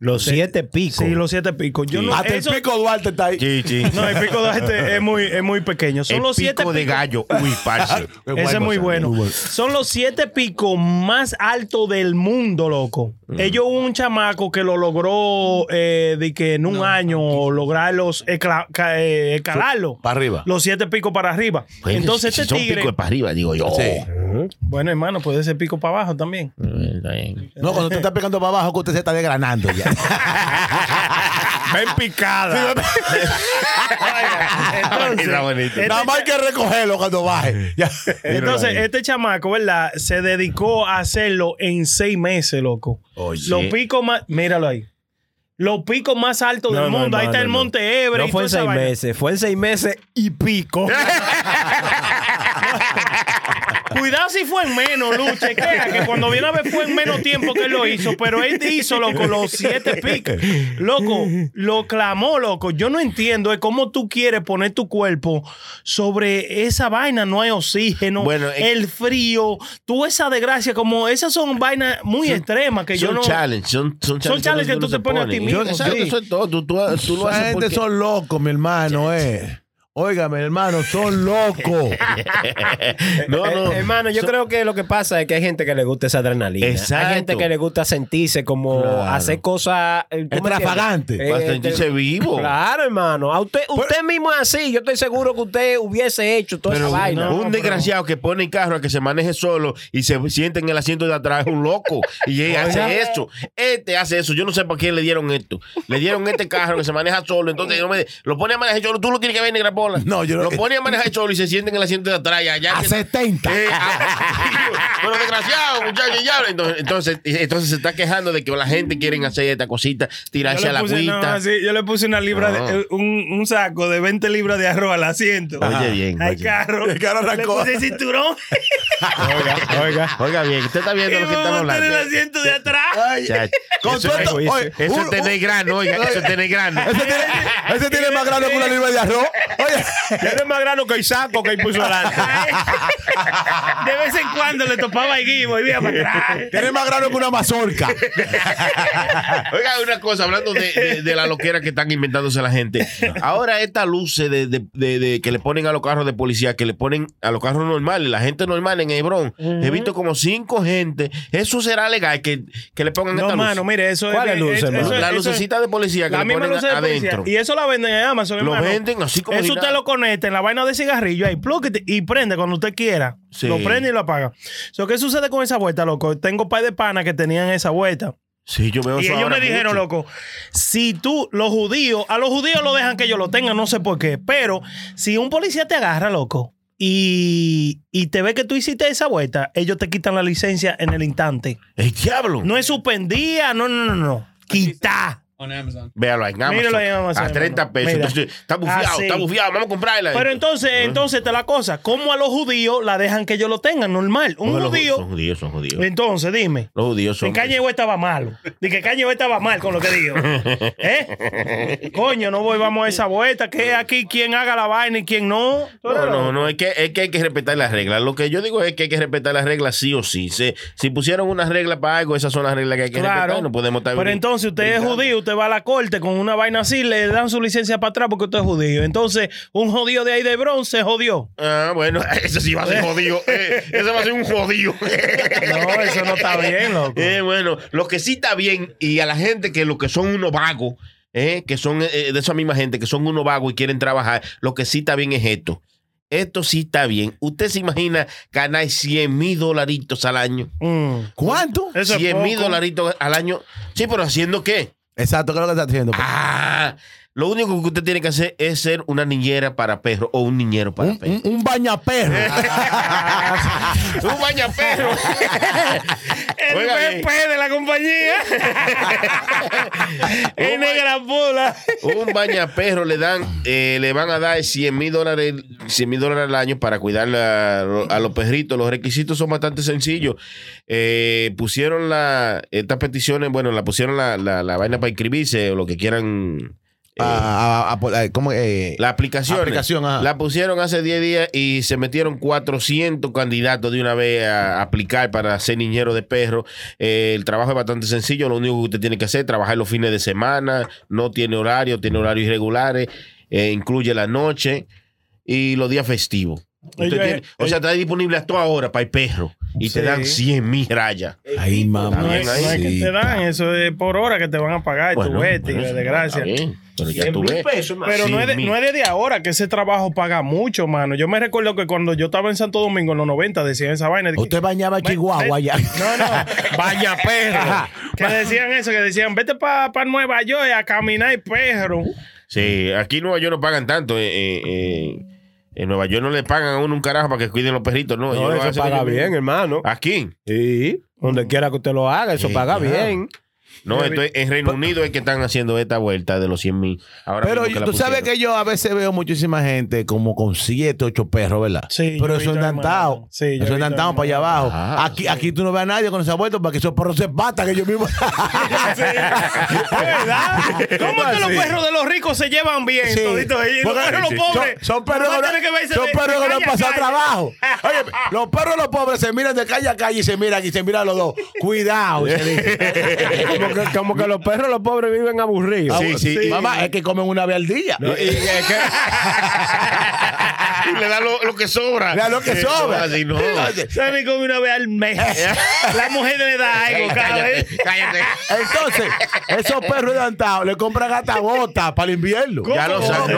Los siete picos. Sí, Los Siete Picos. Yo Sí. no, Hasta eso- el pico Duarte está ahí. Sí, sí. no, el pico de este es muy, es muy pequeño. Son El los siete pico de picos- gallo. Uy, parce. Ese es muy bueno. Muy bueno. Son los siete picos más altos del mundo, loco. Mm. Ellos hubo un chamaco que lo logró eh, de que en un año lograrlos escla- ca- eh, escalarlo. Para arriba. Los siete picos para arriba. Pues, Entonces si este son tigre. picos para arriba, digo yo. Sí. Bueno, hermano, puede ser pico para abajo también. Está bien. No, cuando usted está pegando para abajo, que usted se está desgranando ya. Ah, Ven picada. entonces, Está bonito. este Nada más hay que recogerlo cuando baje. Ya. Entonces, este chamaco, ¿verdad? Se dedicó a hacerlo en seis meses, loco. Los picos más. Míralo ahí. Los picos más altos No, del no, mundo. ahí no, está no, el no. Monte Ebre. No fue en seis meses, fue en seis meses y pico. Cuidado si fue en menos, Luche. Crea que cuando viene a ver fue en menos tiempo que él lo hizo. Pero él hizo, loco, los siete picos. Loco, lo clamó, loco. Yo no entiendo es cómo tú quieres poner tu cuerpo sobre esa vaina. No hay oxígeno, Bueno, eh, el frío, tú esa desgracia. Como esas son vainas muy extremas que yo Son no. challenge, son, son Son challenge que uno tú se te pones a pone. ti mismo, Yo- exacto, sí. eso es todo. Tú, tú, tú lo Esa haces gente porque... son locos, mi hermano, eh. Óigame, hermano, son locos. No, no. Eh, hermano, yo Son- creo que lo que pasa es que hay gente que le gusta esa adrenalina. Exacto. Hay gente que le gugusta sentirse como Claro. hacer cosas eh, ¿tú me entiendes? Extravagante. Eh, Para de- sentirse vivo. Claro, hermano. A usted, usted mismo es así. Yo estoy seguro que usted hubiese hecho toda Pero esa vaina. un desgraciado que pone el carro a que se maneje solo y se siente en el asiento de atrás es un loco y él hace eso. Este hace eso. Yo no sé por qué le dieron esto. Le dieron este carro que se maneja solo. Entonces no me- lo pone a manejar solo. Tú lo tienes que ver, negra bola. No, yo no- Lo ponen a manejar solo y se sienten en el asiento de atrás. Y allá A que- 70. Eh, ah, pero desgraciado, muchacho, y ya habla. Entonces, entonces, entonces se está quejando de que la gente quieren hacer esta cosita, tirarse Yo a le la puse, no, agüita. así, yo le puse una libra, de- Ah. eh, un, un saco de 20 libras de arroz al asiento. Oye, Ajá. bien, Al oye. carro. El carro arrancó. Le puse el cinturón Oiga, oiga, oiga bien, usted está y viendo lo que estamos vamos a montar el hablando. asiento de atrás. Ay, Chacho, con eso, todo esto- eso- oye, eso es un- tener grano, oiga, eso es tener grano. Ese tiene, ese tiene más grano que una libra de arroz. Oye, Tiene más grano que el saco que él puso adelante. De vez en cuando le topaba el guibo y veía para atrás. tiene más grano que una mazorca. Oiga, una cosa, hablando de, de- de la loquera que están inventándose la gente. Ahora estas luces de, de- de- de- que le ponen a los carros de policía, que le ponen a los carros normales, la gente normal en Hebrón, he visto como cinco gente. Eso será legal que, que le pongan No, esta luz. mano, mire, eso es. ¿Cuáles luces, eso- mano? eso- la eso- lucecita de policía que La le misma ponen luz de adentro. policía. Y eso la venden en Amazon. Lo hermano. venden así como si Eso usted nada. lo conecta en la vaina de cigarrillo ahí, plúquete, y prende cuando usted quiera. Sí. Lo prende y lo apaga. So, ¿Qué sucede con esa vuelta, loco? Tengo par de panas que tenían esa vuelta. Sí, yo veo Y eso ellos ahora me dijeron, mucho. loco, si tú, los judíos, a los judíos lo dejan que ellos lo tengan, no sé por qué, pero si un policía te agarra, loco, y, y te ve que tú hiciste esa vuelta, ellos te quitan la licencia en el instante. ¡El diablo! No es suspendida, no, no, no, no. Quita. On Amazon. Véalo en Amazon. Míralo en Amazon, A 30 pesos. hermano. Entonces, está bufiado, Así. está bufiado. Vamos a comprarla. Pero entonces, entonces está la cosa. ¿Cómo a los judíos la dejan que ellos lo tengan? Normal. Porque Un los- Son judío. judíos, son judíos. Entonces, dime. Los judíos son. En Kanye West estaba malo. Dije que Kanye West estaba mal con lo que dijo. ¿Eh? Coño, no volvamos a esa vuelta. Que es aquí quien haga la vaina y quien no. No, no, no, es que, es que hay que respetar las reglas. Lo que yo digo es que hay que respetar las reglas sí o sí. Se- si pusieron unas reglas para algo, esas son las reglas que hay que respetar. Claro. y este No podemos estar. Pero entonces usted es judío, usted va a la corte con una vaina así, le dan su licencia para atrás porque usted es judío. Entonces, un judío de ahí de bronce jodió. Ah, bueno, eso sí va a ser jodido. Eh, ese va a ser un jodido. No, eso no está bien, loco. Eh, bueno, lo que sí está bien, y a la gente que lo que son unos vagos, eh, que son eh, de esa misma gente, que son unos vagos y quieren trabajar, lo que sí está bien es esto. Esto sí está bien. Usted se imagina ganar 100 mil dolaritos al año. Mm. ¿Cuánto? Eso es 100 mil poco. dolaritos al año. Sí, pero haciendo qué? Exacto, ¿qué es lo que está haciendo? Ah, lo único que usted tiene que hacer es ser una niñera para perro o un niñero para Un, perro. Eh, un, un bañaperro. un bañaperro. El Oiga bien. VP de la compañía. Oh my- el negra bola. un bañaperro le dan, eh, le van a dar 100 mil dólares, 100 mil dólares al año para cuidar la- a los perritos. Los requisitos son bastante sencillos. Eh, pusieron la, estas peticiones, bueno, la pusieron la, la- la vaina para inscribirse o lo que quieran. eh, Ah, ah, ah, por- ah, ¿Cómo? Eh, La aplicación. Aplicación, ajá. La pusieron hace 10 días y se metieron 400 candidatos de una vez a aplicar para ser niñero de perro. Eh, el trabajo es bastante sencillo. Lo único que usted tiene que hacer es trabajar los fines de semana. No tiene horario, tiene horarios irregulares. eh, incluye la noche y los días festivos. Usted Ellos- tiene- o sea, está disponible a toda hora para el perro. Y te Sí. dan 100 mil rayas. Ay, mamá. No es, no es que te eh. dan, eso es por hora que te van a pagar, tu vete, bueno, de gracia. está bien, Pero ya tú ves. Pero no es, de, 100,000. no es desde ahora que ese trabajo paga mucho, mano. Yo me recuerdo que cuando yo estaba en Santo Domingo en los 90 decían esa vaina. de que- Ah, Usted bañaba a Ve- Chihuahua ve- ya. eh, No, no. Baña perro. Ajá. que decían eso, que decían, vete para Nueva York a caminar y perro. Sí, aquí en Nueva York no pagan tanto. eh, eh, eh, en Nueva York no le pagan a uno un carajo para que cuiden los perritos, no. ellos No, lo eso hacen paga ellos bien, mismos. hermano. Aquí. Sí, donde quiera que usted lo haga, eso Sí, paga claro. bien. No, esto es- en Reino Unido es que están haciendo esta vuelta de los 100 mil. Ahora Pero mismo la tú sabes pusieron. que yo a veces veo muchísima gente como con siete, ocho perros, ¿verdad? Sí, yo Pero he eso es visto, dantado. hermano. Sí, yo he eso es visto, dantado hermano. para allá abajo. Ah, aquí, aquí tú no ves a nadie con esa vuelta para que esos perros se batan ellos mismos. ¿Verdad? Ah, ¿Cómo que los Sí. perros de los ricos se llevan bien? Sí. Toditos ellos. Y Los Porque perros de los pobres. Son, son perros van a que no, tener que verse son de- perros que no han calle a pasado calle. trabajo. Oye, los perros de los pobres se miran de calle a calle y se miran y se miran los dos. Cuidado. se dice. Como que, como que los perros, los pobres viven aburridos. Sí, sí. Mamá, es que comen una vez al día. No, y es que- Y le da lo, lo que sobra. Le da lo que Eh, sobra. así no. Oye, Sammy come una vez al mes. La mujer le da algo cada cállate, vez. cállate. Entonces, esos perros dantados le compran hasta botas para el invierno. Ya lo sabes.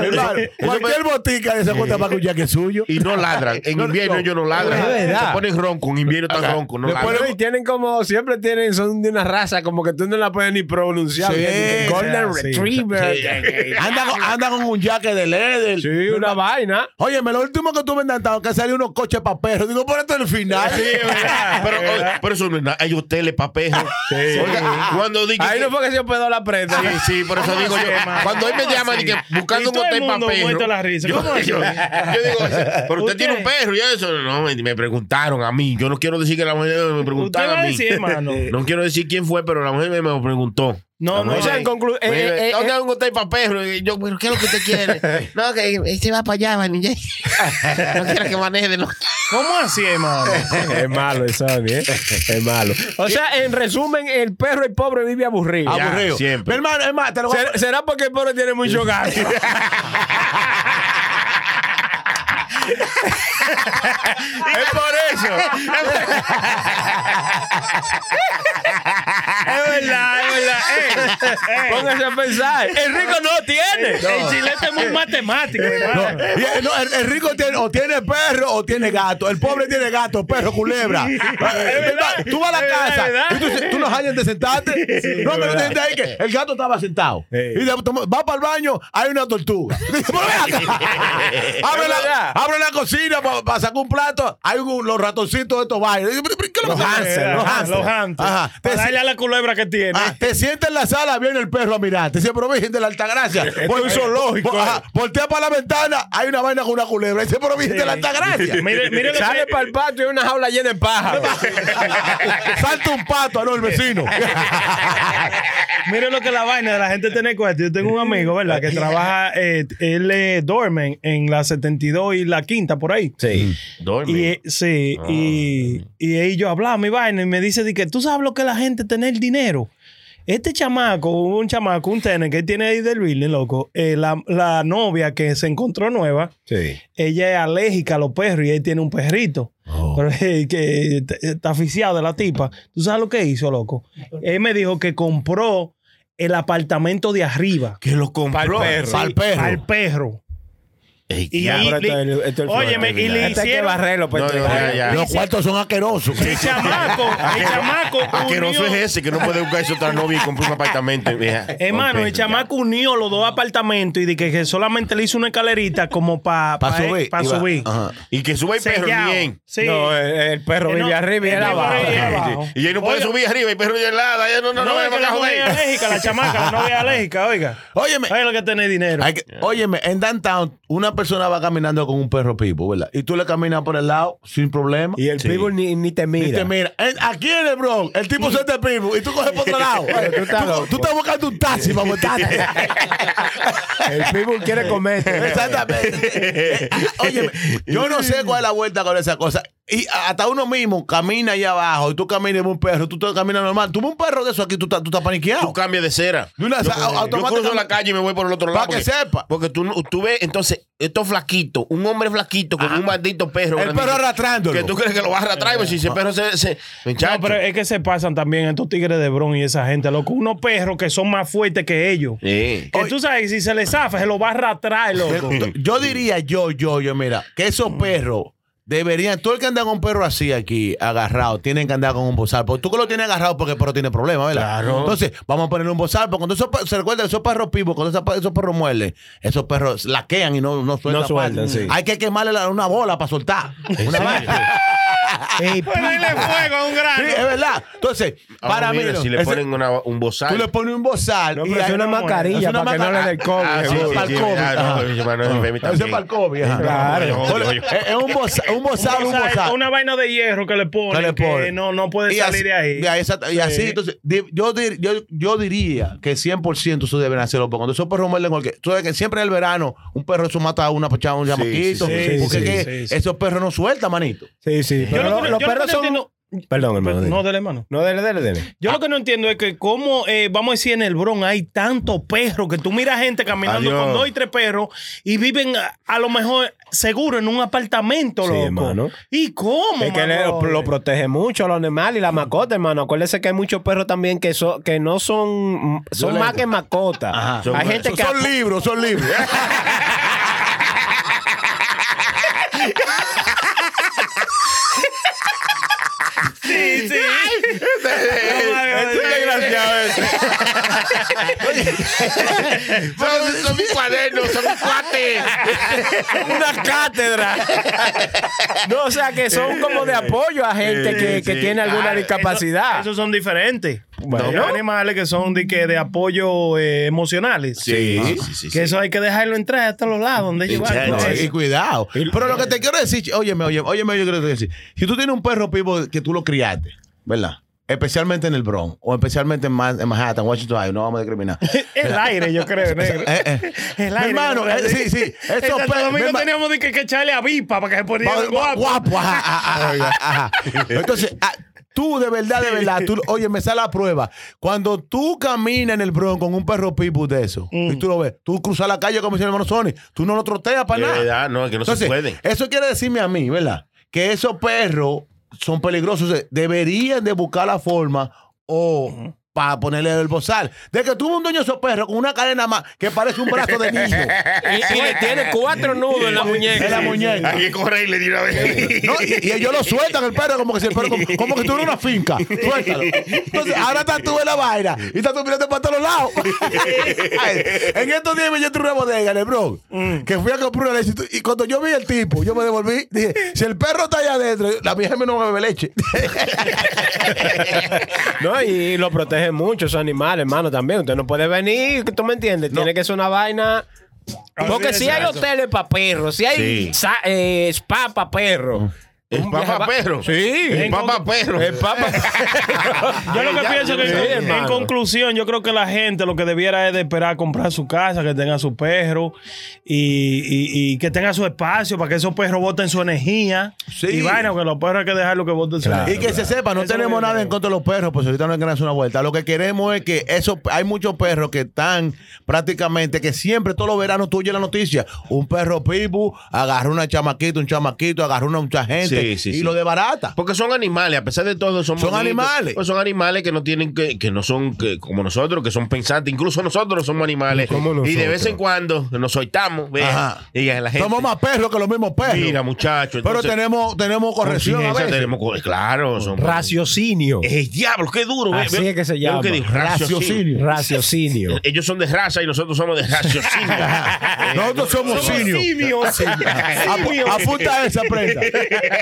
Mi hermano, Eso Cualquier botica de esa cuenta para que un jaque suyo. Y no ladran. En No, invierno no. ellos no ladran. Es verdad. Se ponen ronco. En invierno están roncos. No Le ladran. ponen- Pero y tienen como, siempre tienen, son de una raza raza como que tú no la puedes ni pronunciar. Sí, Que- Golden sí. Retriever. que- Anda, con- anda con un jaque de leather. que- Sí, una vaina. Oye, lo último que tú me inventaron que salió unos coches para perros. Digo, pero esto es el final. pero, pero eso no es nada. Hay hoteles para perros. Oiga, Cuando dije. Ahí que- no fue que se hospedó la prenda. Sí, sí, por eso digo yo. Cuando él me llama, dije, buscando Y un todo el hotel para mundo muerto perros. la risa. Yo, ¿Cómo es? yo- yo digo, pero usted, Usted- tiene un perro y eso. No, me, me preguntaron a mí. Yo no quiero decir que la mujer me Usted preguntaron va a a mí. decir, hermano. No quiero decir quién fue, pero la mujer me lo preguntó. No, no, O sea, hay. en conclusión. Me- eh, ¿Dónde hay un hotel para perros? Y yo, pero ¿qué es lo que usted quiere? no, que él se va para allá, man. y ya. No quiero que maneje de los. ¿Cómo así, hermano? Es malo eso, ¿eh? Es malo. O sea, en resumen, el perro el pobre vive aburrido. Ya, Aburrido. siempre. Mi hermano, es más, te lo voy a- ¿Será, será porque el pobre tiene mucho gasto? Es por eso. Es verdad, es verdad. Eh, Póngase a pensar. El rico no tiene. El chilete es muy matemático, No, hermano. y el- no, el, el rico tiene, o tiene perro o tiene gato. El pobre tiene gato, perro, culebra. Eh, verdad, tú vas a la es casa verdad, es y tú, dices, tú no hallas de sentarte. no, pero te sientas ahí que el gato estaba sentado. Y de- toma- va para el baño, hay una tortuga. Dice, "Pero ven acá". abre, la, verdad. abre la cocina para sacar un plato, hay un- los ratoncitos de estos bailes. Dice, "¿Pero ¿Qué es lo que Los pasa?" hamsters, Los hamsters. Eh, Los hamsters. Ajá. Te Para si- darle a la culebra que tiene. Ah, te sientas en la sala, viene el perro a mirarte. Dice, pero virgen de la Altagracia. Por un zoológico. voltea para la ventana, hay una vaina con una culebra. Dice, pero virgen de la Altagracia. Mire, mire lo Sale que- para el patio y hay una jaula llena de paja. Salta un pato, ah, no, el vecino. Mire lo que la vaina de la gente tiene cuesta. Yo tengo un amigo, ¿verdad? Que trabaja, eh, él eh, duerme en la 72 y la quinta por ahí. Sí. Y, eh, sí, y, y ahí yo hablaba mi vaina y me dice de que tú sabes lo que la gente tener dinero. Este chamaco, un chamaco, un tener que tiene ahí del building, loco, eh, la, la novia que se encontró nueva, Sí. ella es alérgica a los perros y él tiene un perrito. Oh. Pero eh, que está- está asfixiado de la tipa. ¿Tú sabes lo que hizo, loco? Él me dijo que compró el apartamento de arriba Que lo compró. Al perro. al perro. Ey, Y, ya. le- óyeme, y le Este hay que hicieron- barrerlo para No, no, entregar. ya, ya. Los cuartos son asquerosos. El chamaco, el chamaco. Asqueroso unió- es ese que no puede buscarse otra novia y comprar un apartamento. vieja. Hermano, el Ok, ya. chamaco unió los dos apartamentos y de que, que solamente le hizo una escalerita como para Para subir. Pa Iba- Ah, subir. Ajá. Y que suba el perro Sellado. bien. Sí. No, el, el perro Eh, no, vive arriba y el él perro abajo. vive arriba. Sí, sí. Y él no puede Oiga. subir arriba, el perro ya helada. Ya no, no, no, no, es me que la bajo de novia ahí. es alérgica, la chamaca, la novia es alérgica, oiga. Óyeme. Oiga lo que tiene dinero. hay que- óyeme, en downtown, una persona va caminando con un perro pipo, ¿verdad? Y tú le caminas por el lado sin problema. Y el people ni, ni te mira. Y te Este, mira. En- aquí en el Bronx, el tipo se te pivo y tú coges por otro lado. Pero tú estás Tú, loco. tú estás buscando un taxi para montarte. El people quiere comer. Exactamente. Oye, yo no sé cuál es la vuelta con esa cosa. Y hasta uno mismo camina allá abajo y tú caminas y ves un perro, tú te caminas normal. Tú ves un perro de eso aquí, tú estás, tú estás Tú paniqueado. cambias de cera. De una- yo, a- yo automáticamente- cruzo la calle y me voy por el otro lado. Pa' que sepa. Porque tú, no- tú ves, entonces, esto flaquito, un hombre flaquito con un maldito perro. El grandito, perro arrastrándolo. Ah. Que tú crees que lo vas a arrastrar, pues, si ese perro se. se No, muchacho. pero es que se pasan también estos tigres de bron y esa gente, loco. Unos perros que son más fuertes que ellos. Sí. Que tú sabes, si se les zafa, se lo va a arrastrar, loco. Yo- Yo diría, yo, yo, yo, mira, que esos Mm. perros deberían, todo el que anda con un perro así aquí, agarrado, tienen que andar con un bozal. Porque tú que lo tienes agarrado porque el perro tiene problemas, ¿verdad? Claro. Entonces, vamos a ponerle un bozal. Porque cuando esos perros, se recuerda, esos perros pibos, cuando esos, esos perros muerden, esos perros laquean y no, no sueltan. No sueltan, pal. sí. Hay que quemarle la- una bola para soltar. Una vaina. Ponerle fuego a un Sí, grano. es verdad. Entonces, Ahora para mí, Ah, mira, no, si le ese- ponen una- un bozal. tú le pones un bozal. No, y pero es ahí- una mascarilla es una para que no masca- le dé el COVID. Ah, sí, sí, seguro. sí, Para el sí, COVID, ah, no, ajá. pero mi hermano es enfermo Ese es también. para el COVID. ajá. Claro. Yo odio, yo- Es es un bozal, un bozal, un bozal. Una vaina de hierro que le Que le ponen, ponen. que no, no puede salir así, de ahí. de exacto, y así, Sí. entonces, di- yo, dir- yo, yo diría que 100% eso deben hacerlo. Porque cuando esos perros muerden cualquier. Tú sabes que siempre en el verano, un perro eso mata a una pachada, un Sí, chamaquito. sí, sí, porque sí, es que sí, sí. esos perros no sueltan, manito. Sí, sí. Yo Pero lo que lo- no- los yo lo que perros no son. entiendo- Perdón, hermano. No, dime. dele mano. No, dele, dele, dele. Yo lo que no entiendo es que cómo, eh, vamos a decir, en el Bronx hay tantos perros que tú miras gente caminando Adiós. con dos y tres perros y viven a, a lo mejor seguro en un apartamento, Sí, loco. hermano. ¿Y cómo? Es que mano? le- lo, lo protege mucho los animales y la mascota, hermano. Acuérdese que hay muchos perros también que, so- que no son, son más que mascotas. Son- Hay gente Son- que son libros, son libros. Sí, sí. No, madre, Qué Este madre, madre. Son, son mis cuadernos, son mis cuates. Una cátedra. No, o sea, que son como de apoyo a gente que, que sí. tiene alguna Ah, eso- discapacidad. Esos son diferentes. Bueno. Hay animales que son de, que de apoyo eh, emocionales. Sí, sí, sí, sí. Que eso hay que dejarlo entrar hasta los lados donde llevar. Exacto. con No, eso. y Cuidado. Pero lo que te quiero decir, óyeme, óyeme, óyeme, yo quiero decir. Si tú tienes un perro pivo que tú lo criaste, ¿verdad? Especialmente en el Bronx, o especialmente en, Ma- en Manhattan, Washington, Ave, no vamos a discriminar. El aire, yo creo, negro. Eh, eh. El Mi aire. hermano, yo creo. eh, sí, sí. En Esos Santo pe- mi Domingo herma- teníamos de que, que echarle a Vipa para que se ponía Va- va- guapo. Guapo, ajá, ajá, ajá, ajá, ajá. Entonces, ah, tú de verdad, de verdad, tú, oye, me sale la prueba. Cuando tú caminas en el Bronx con un perro pibu de eso, Mm. y tú lo ves, tú cruzas la calle como dice mi hermano Sony, tú no lo troteas para De nada. verdad, no, es que no se Entonces, puede. Eso quiere decirme a mí, ¿verdad? Que esos perros son peligrosos. O sea, Deberían de buscar la forma o para ponerle el bozal. De que tuvo un dueño de esos perros con una cadena más que parece un brazo de niño. Y, y le tiene cuatro nudos en la muñeca. en la muñeca. Hay que correrle de una vez. No, y, y ellos lo sueltan el perro como que si el perro como, como que tuviera una finca. Suéltalo. Entonces, ahora estás tú en la vaina y estás tú mirando para todos lados. Ay, en estos días me yo tuve una bodega en el Bronx, que fui a comprar una leche y tú- y cuando yo vi el tipo, yo me devolví, dije, si el perro está allá adentro, la vieja me no bebe leche. No, y lo protege mucho esos animales, hermano, también. Usted no puede venir, tú me entiendes. Tiene que ser una vaina. Porque si hay hoteles para perros, si hay Sí. sa- eh, spa para perros. El Un viaje papá va- perro. Sí. El papá perro. Eh, El papa. Yo lo que Ya, pienso ya, que sí, en- en, hermano. conclusión, yo creo que la gente lo que debiera es de esperar a comprar su casa, que tenga su perro y, y- y que tenga su espacio para que esos perros boten su energía. Sí. Y vaina, que los perros hay que dejarlo que boten su y energía. que se sepa, no Eso tenemos es lo nada que en contra de los perros, pues ahorita no hay que darse una vuelta. Lo que queremos es que eso, hay muchos perros que están prácticamente, que siempre todos los veranos tú oyes la noticia, un perro pibu agarró una chamaquita, un chamaquito, agarró una mucha gente Sí, sí, y sí. lo de barata. Porque son animales, a pesar de todo, son, Son bonitos. animales. Pues son animales que no tienen que, que no son que- como nosotros, que son pensantes. Incluso nosotros somos animales. Como Y de nosotros. vez en cuando nos soltamos. vean, Ajá. Y a la gente. Somos más perros que los mismos perros. Mira, muchachos. pero tenemos, tenemos corrección a veces. Tenemos, co- claro, son. Raciocinio. ¡Eh, diablo! ¡Qué duro! ve, Así ve- es que se ve lo llama. que dijo, raciocinio. Raciocinio. Eh, Ellos son de raza y nosotros somos de raciocinio. Eh, Nosotros somos simios. Apu- Apunta esa prenda.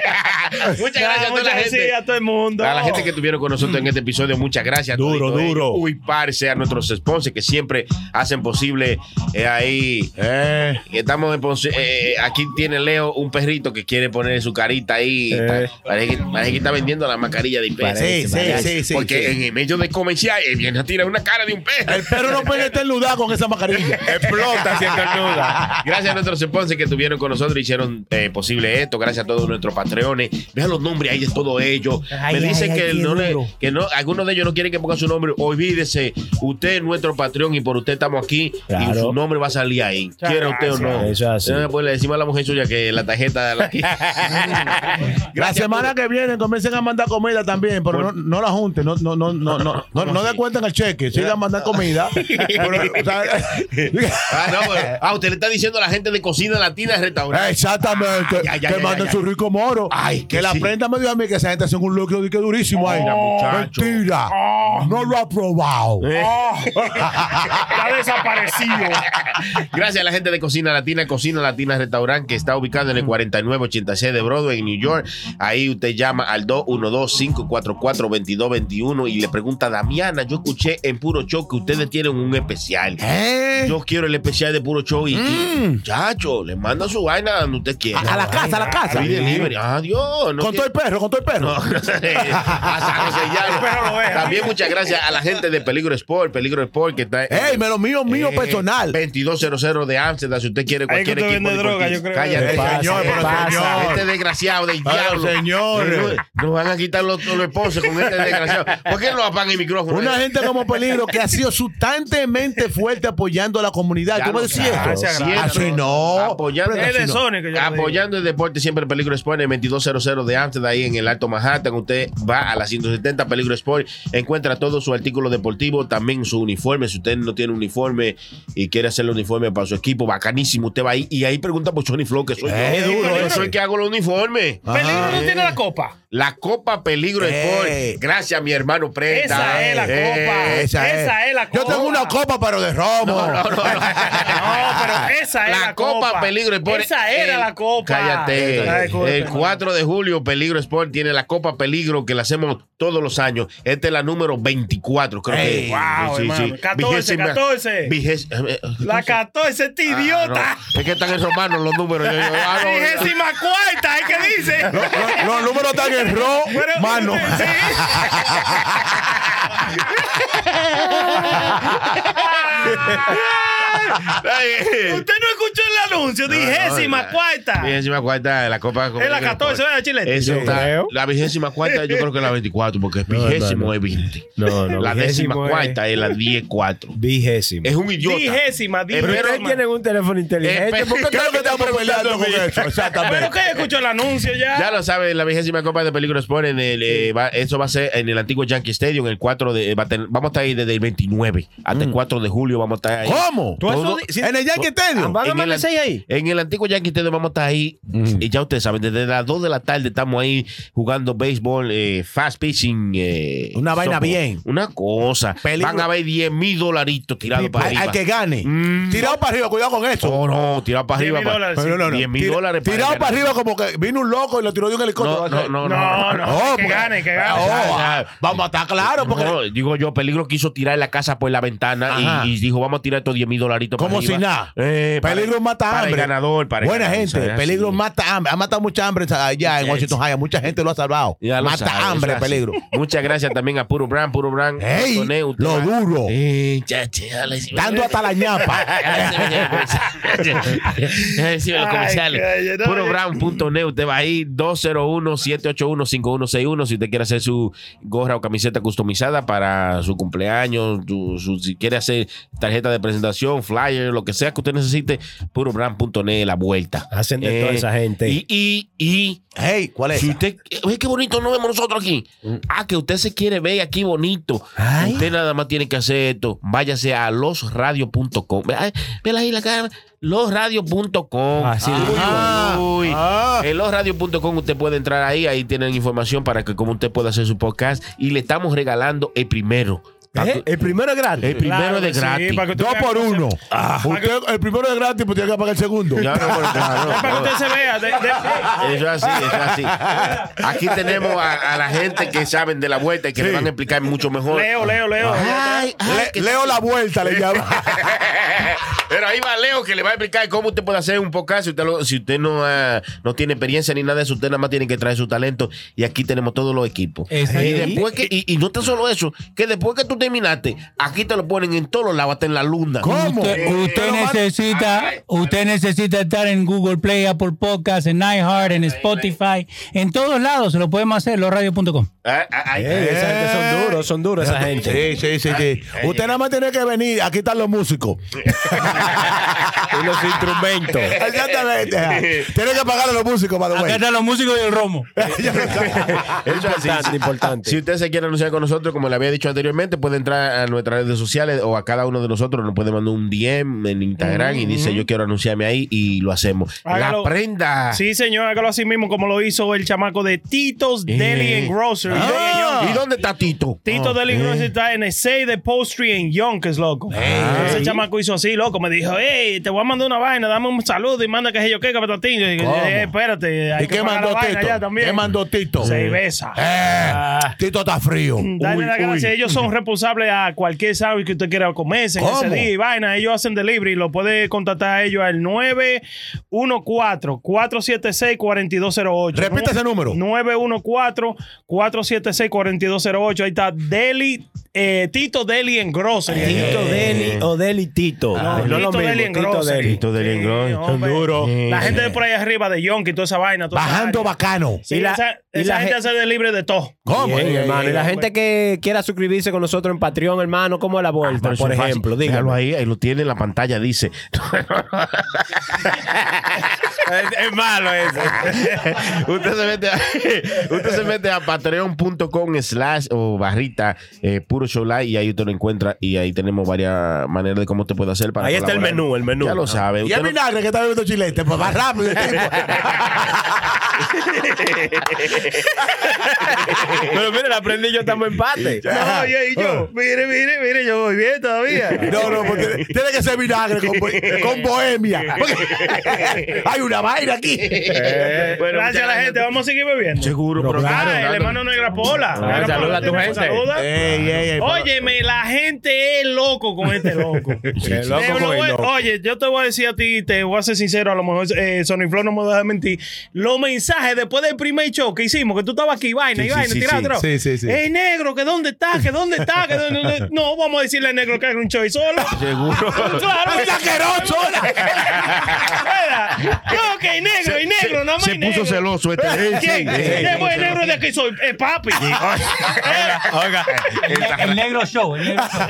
Ah, Muchas gracias a toda la gente. a todo el mundo. A la gente que estuvieron con nosotros en este episodio, muchas gracias. Duro, Todito duro. ellos. Uy, parce, a nuestros sponsors que siempre hacen posible eh, ahí. Eh, Estamos en Ponce- eh, aquí tiene Leo un perrito que quiere poner su carita ahí. Eh. Parece, que, parece que está vendiendo la mascarilla de IPS. Parece, Sí, sí, parece. sí, sí, Porque sí. en el medio de comercial eh, viene a tirar una cara de un perro. el perro no puede estar enludado con esa mascarilla. Explota si Gracias a nuestros sponsors que estuvieron con nosotros hicieron eh, posible esto. Gracias a todos nuestros patreones. Vean los nombres ahí de todos ellos. Ay, Me dicen ay, que, ay, qué no le- duro. que no, algunos de ellos no quieren que ponga su nombre. Olvídese. Usted es nuestro patrón y por usted estamos aquí. Claro. Y su nombre va a salir ahí. Quiera usted o no. Eso es así. Eh, pues le decimos a la mujer suya que la tarjeta la La semana que viene comiencen a mandar comida también, pero no, no la junten, no, no, no, no, no, no, no den cuenta en el cheque, sigan mandando comida. Pero, o sea, Ah, no, pues, ah, usted le está diciendo a la gente de cocina latina de restaurante. exactamente, Ay, ay, que ay, ay, manden ay, su rico moro. Ay, que, que la sí. prenda me dio a mí que esa gente hace un lucro de que durísimo ahí. Mira, muchacho. Ah. Eh. Mentira, no lo ha probado. está desaparecido. Gracias a la gente de Cocina Latina, Cocina Latina Restaurant, que está ubicado en el 4986 de Broadway, en New York. Ahí usted llama al 212-544-2221 y le pregunta, Damiana, yo escuché en Puro Show que ustedes tienen un especial. ¿Eh? Mm. Yo quiero el especial de Puro Show y, y, muchacho, le manda su vaina donde usted quiera. A, a la casa, a la casa. Free delivery. Adiós. No con todo quiero- el perro, con todo el perro. no, no sé. Hasta no sé ya. Pero lo es. También muchas gracias a la gente de Peligro Sport, Peligro Sport que está. ¡Ey, me lo mío, mío Eh, personal! 2200 de Amsterdam, si usted quiere Ahí que cualquier usted equipo. vende de droga, cualquier- yo creo. Cállate, ¿Qué pasa, señor, ¿qué pero pasa? señor? Este desgraciado del Pero diablo. señores. Nos- Nos van a quitar los, los esposos con este desgraciado. ¿Por qué no apagan el micrófono? Una gente como Peligro que ha sido sustantemente fuerte apoyando a la comunidad. Ya ¿Tú me lo decís sabes, esto? gracias, siempre. Así Ah, no. Apoyando, Pero Es de así no. Sony que yo lo digo. Apoyando el deporte siempre el Peligro Sport en el 2200 de Amsterdam, ahí en el Alto Manhattan. Usted va a la 170 Peligro Sport, encuentra todo su artículo deportivo, también su uniforme. Si usted no tiene uniforme y quiere hacer el uniforme para su equipo, bacanísimo. Usted va ahí y ahí pregunta por Johnny Flow, que soy yo. Eh, duro yo ese. soy el que hago los uniformes. Ajá. eh. Peligro no tiene la copa. La Copa Peligro Sport. Eh. Gracias, mi hermano Prenda. Esa es la copa. Eh, Esa, Esa es. es la Yo tengo copa. una copa, pero de romo. No, pero esa es la, la, Copa, Peligro Sport. Esa era El- la copa. Cállate. Ay, disculpe, el 4 de julio, Peligro Sport tiene la Copa Peligro que la hacemos todos los años. Esta es la número 24, creo Ey, que. wow, hermano. 14, 14. vigés- eh, eh, La 14, este ah, idiota. no. Es que están esos manos los números. Yo- yo- ah, no, Vigésima cuarta, ¿eh? ¿Qué dice? Los, los- los números están en ro, Pero- mano. Sí. Usted no escuchó el anuncio, No, vigésima no, no. cuarta. Vigésima cuarta de la Copa. Es la 14, ¿verdad, Chile? Eso Yo está. creo. La vigésima cuarta, yo creo que es la 24, porque es No, no, vigésimo no. es 20. No, no. La décima vigésimo es- cuarta es la 10-4. Vigésimo. Es un idiota. Vigésima, Pero Pero ustedes ustedes vigésima. tienen un teléfono inteligente, inteligente. Eh, ¿por ¿Por qué qué Creo que estamos peleando con eso, Pero exactamente. que escuchó el anuncio ya. Ya lo saben, la vigésima Copa de Peligro Sport, en el, eh, va- eso va a ser en el antiguo Yankee Stadium, el 4 de... eh, va a tener- vamos a estar ahí desde el 29 hasta Mm. el 4 de julio, vamos a estar ahí. ¿Cómo? Tú eso Todo- di- sí- En el Yankee Stadium. ¿Van a En el- amanecer ahí? En el antiguo Yankee Stadium vamos a estar ahí, y ya ustedes saben, desde las 2 de la tarde estamos ahí jugando béisbol, eh, fast pitching. eh, Una vaina softball. bien. Una cosa. Peligro. Van a haber 10 mil dolaritos tirados para Al, arriba. al que gane. Mm. Tirado para arriba, cuidado con eso. No, no, tirado para 10 arriba. mil pa- dólares. Pero no, no. 10 mil Tira- dólares para Tirado ganar. para arriba como que vino un loco y lo tiró de un No, helicóptero. no, no, no. No, no, Oh, que porque- gane, que gane. Oh, Ya, ah, vamos a estar claros. Porque No, digo yo, Peligro quiso tirar la casa por la ventana Ajá. y, y dijo, vamos a tirar estos 10 mil dolaritos. para Como arriba. si nada. Eh, para- Peligro mata para el hambre. ganador, para el Buena ganador, gente. o sea, peligro sí. mata hambre. Ha matado mucha hambre allá en Yes. Washington High. Mucha gente lo ha salvado. Ya lo mata sabe, eso hambre, es así. peligro. Muchas gracias también a Puro Brand, Puro Brand. ¡Ey! Antonio, usted Lo va- duro. Eh, ya, ya, dale, sí, Dando hasta la ñapa. pues. Sí, los comerciales. Ay, que- no, Purobrown.net, usted va ahí, 201-781-5161. Si usted quiere hacer su gorra o camiseta customizada para su cumpleaños, tu- su- si quiere hacer tarjeta de presentación, flyer, lo que sea que usted necesite, purobrand.net, la vuelta. Eh, Hacen de toda esa gente. Y, y, y Hey, ¿cuál es? si esa? usted, oye, qué bonito nos vemos nosotros aquí. Ah, que usted se quiere ver aquí bonito. Mm. Ay. Usted nada más tiene que hacer esto. Váyase a losradio.com. Ve- ay, Vela ahí la cara. Losradio.com. Así es. Uy, Ah. uy. Ah. Ah, En losradio.com usted puede entrar ahí. Ahí tienen información para que como usted pueda hacer su podcast. Y le estamos regalando el primero. ¿Eh? El primero es gratis. El primero Claro de que sí, gratis. para que usted Dos vea por cómo se- uno. Usted, el primero es gratis, pues tiene que pagar el segundo. Ah. Ya, no, bueno, claro, Para que no. usted se vea. de- de- Eso es así, eso es así. Aquí tenemos a, a la gente que saben de la vuelta y que le van a explicar mucho mejor. Leo, Leo, Leo. Ay, ay, Le- que- Leo la vuelta, le llama. Pero ahí va Leo que le va a explicar cómo usted puede hacer un podcast. Si usted, lo- si usted no, ah, no tiene experiencia ni nada de eso, usted nada más tiene que traer su talento. Y aquí tenemos todos los equipos. Y, después que, y, y no tan solo eso, que después que tú terminaste, aquí te lo ponen en todos los lados, hasta en la luna. ¿Cómo? Eh, Eh, Usted, usted pero, man- necesita, ay, ay. usted necesita estar en Google Play, Apple Podcasts, en iHeart, en Spotify, en todos lados se lo podemos hacer, losradio.com. Ah, ah, ah, Ey, Eh, esa gente son duros, son duros esa gente. Sí, sí, sí, sí. Usted nada más tiene que venir. Aquí están los músicos. Y los instrumentos. Exactamente. ajá. Tiene que pagar a los músicos, by the Acá way. están los músicos y el romo. Ya lo sabe. Eso es así. Importante, Si- importante. Si usted se quiere anunciar con nosotros, como le había dicho anteriormente, puede entrar a nuestras redes sociales o a cada uno de nosotros. Nos puede mandar un DM en Instagram y dice yo quiero anunciarme ahí y lo hacemos. La Hágalo. Ah. prenda. Sí, señor, hágalo así mismo como lo hizo el chamaco de Tito's Eh. Deli and Grocery. Ah, Señor, ¿Y dónde está Tito? Tito Deli and Grocery está en el 6 de Postry en Yonkers, loco. Ah, Ese chamaco hizo así, loco. Me dijo, hey, te voy a mandar una vaina, dame un saludo y manda que sé yo qué, que patatín. Yo digo, ¿Cómo? "Eh, espérate, hay ¿Y que qué pagar la mandó vaina ya Tito? también. ¿Qué mandó Tito? Se besa. Eh, Tito está frío. Dale las gracias. Ellos son responsables a cualquier sándwich que usted quiera comerse en ¿Cómo? ese día y vaina. Ellos hacen delivery. Lo puede contactar a ellos al 914-476-4208. Repite ese número. 914-476-4208. Ahí está Deli, eh, Tito Deli en Grocery. Eh, Tito Eh. Deli o Deli Ah, Tito. No, No, lo Tito mismo, Deli en Tito Grocery. Deli. Tito Deli en Sí, Grocery. hombre. Son duros. La gente de por ahí arriba de Yonki, toda esa vaina. toda esa Bajando área. bacano. Sí, Y la- esa, y esa la gente ge- hace delivery de todo. ¿Cómo? Bien, Ey, ey, hermano. ey. y la gente que quiera suscribirse con nosotros en Patreon, hermano, ¿cómo es la Ah, Ah, vuelta? por ejemplo, dígalo dígalo ahí, ahí lo tiene en la pantalla, dice. Es malo eso. usted se mete a, usted se mete a patreon.com slash o barrita eh, puro Pablo Show Live y ahí usted lo encuentra y ahí tenemos varias maneras de cómo te puede hacer para Ahí está el colaborar. menú, el menú. Ya lo sabe. Y Usted el no- vinagre que está bebiendo chilete, pues va rápido. el tipo. Pero mira, la prendí yo estamos en empate. No, yo, y Ah. yo, mire, mire, mire, yo voy bien todavía. No, no, porque tiene que ser vinagre con, bo- con bohemia. Porque hay una vaina aquí. Bueno, Gracias a la gente, vamos a seguir bebiendo. Seguro, pero Ah, claro, el claro. hermano Negra Pola. Negra saluda Pola a tu tiene- gente. saluda. Ey, ey, ey. Óyeme, la gente es loco con este loco. Qué loco Te lo con el voy- loco. Oye, yo te voy a decir a ti, te voy a ser sincero, a lo mejor eh, Sony Flow no me deja mentir. Los mensajes después del primer show que hicimos, que tú estabas aquí, vaina y sí, vaina, sí, tirado sí. atrás. Sí, sí, sí. Ey, negro, que dónde está, que dónde está, que dónde- dónde- No, vamos a decirle al negro que haga un show y solo. Seguro. claro. ¡Ay, asqueroso! Espera. No, que hay negro, y negro, no más. Se hay puso negro. celoso este. ¿Quién? ¿Quién fue el negro de aquí soy? Eh, papi. El, el negro show. El negro show.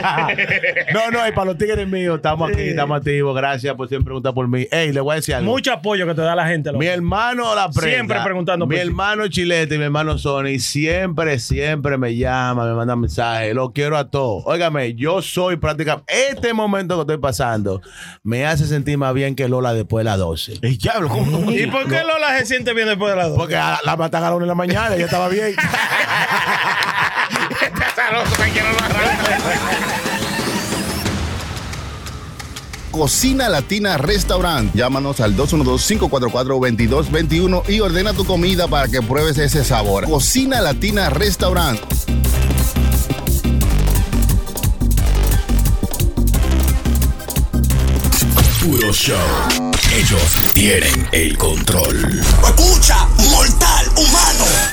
No, no, y para los tigres míos, estamos aquí, estamos activos. Gracias por siempre preguntar por mí. Ey, le voy a decir algo. Mucho apoyo que te da la gente. loco. Mi hermano la prensa. Siempre preguntando por Mi ti. hermano Chilete y mi hermano Sony siempre, siempre me llama, me manda mensajes. Lo quiero a todos. Óigame, yo soy prácticamente. Este momento que estoy pasando me hace sentir más bien que Lola después de las 12. El diablo, ¿cómo? cómo- ¿Y por qué Lola se siente bien después de las dos? Porque a la, la matan a la una de la mañana, ya estaba bien. Cocina Latina Restaurant. Llámanos al 212-544-2221 y ordena tu comida para que pruebes ese sabor. Cocina Latina Restaurant. Puro show. Ellos tienen el control. ¡Escucha, mortal, humano!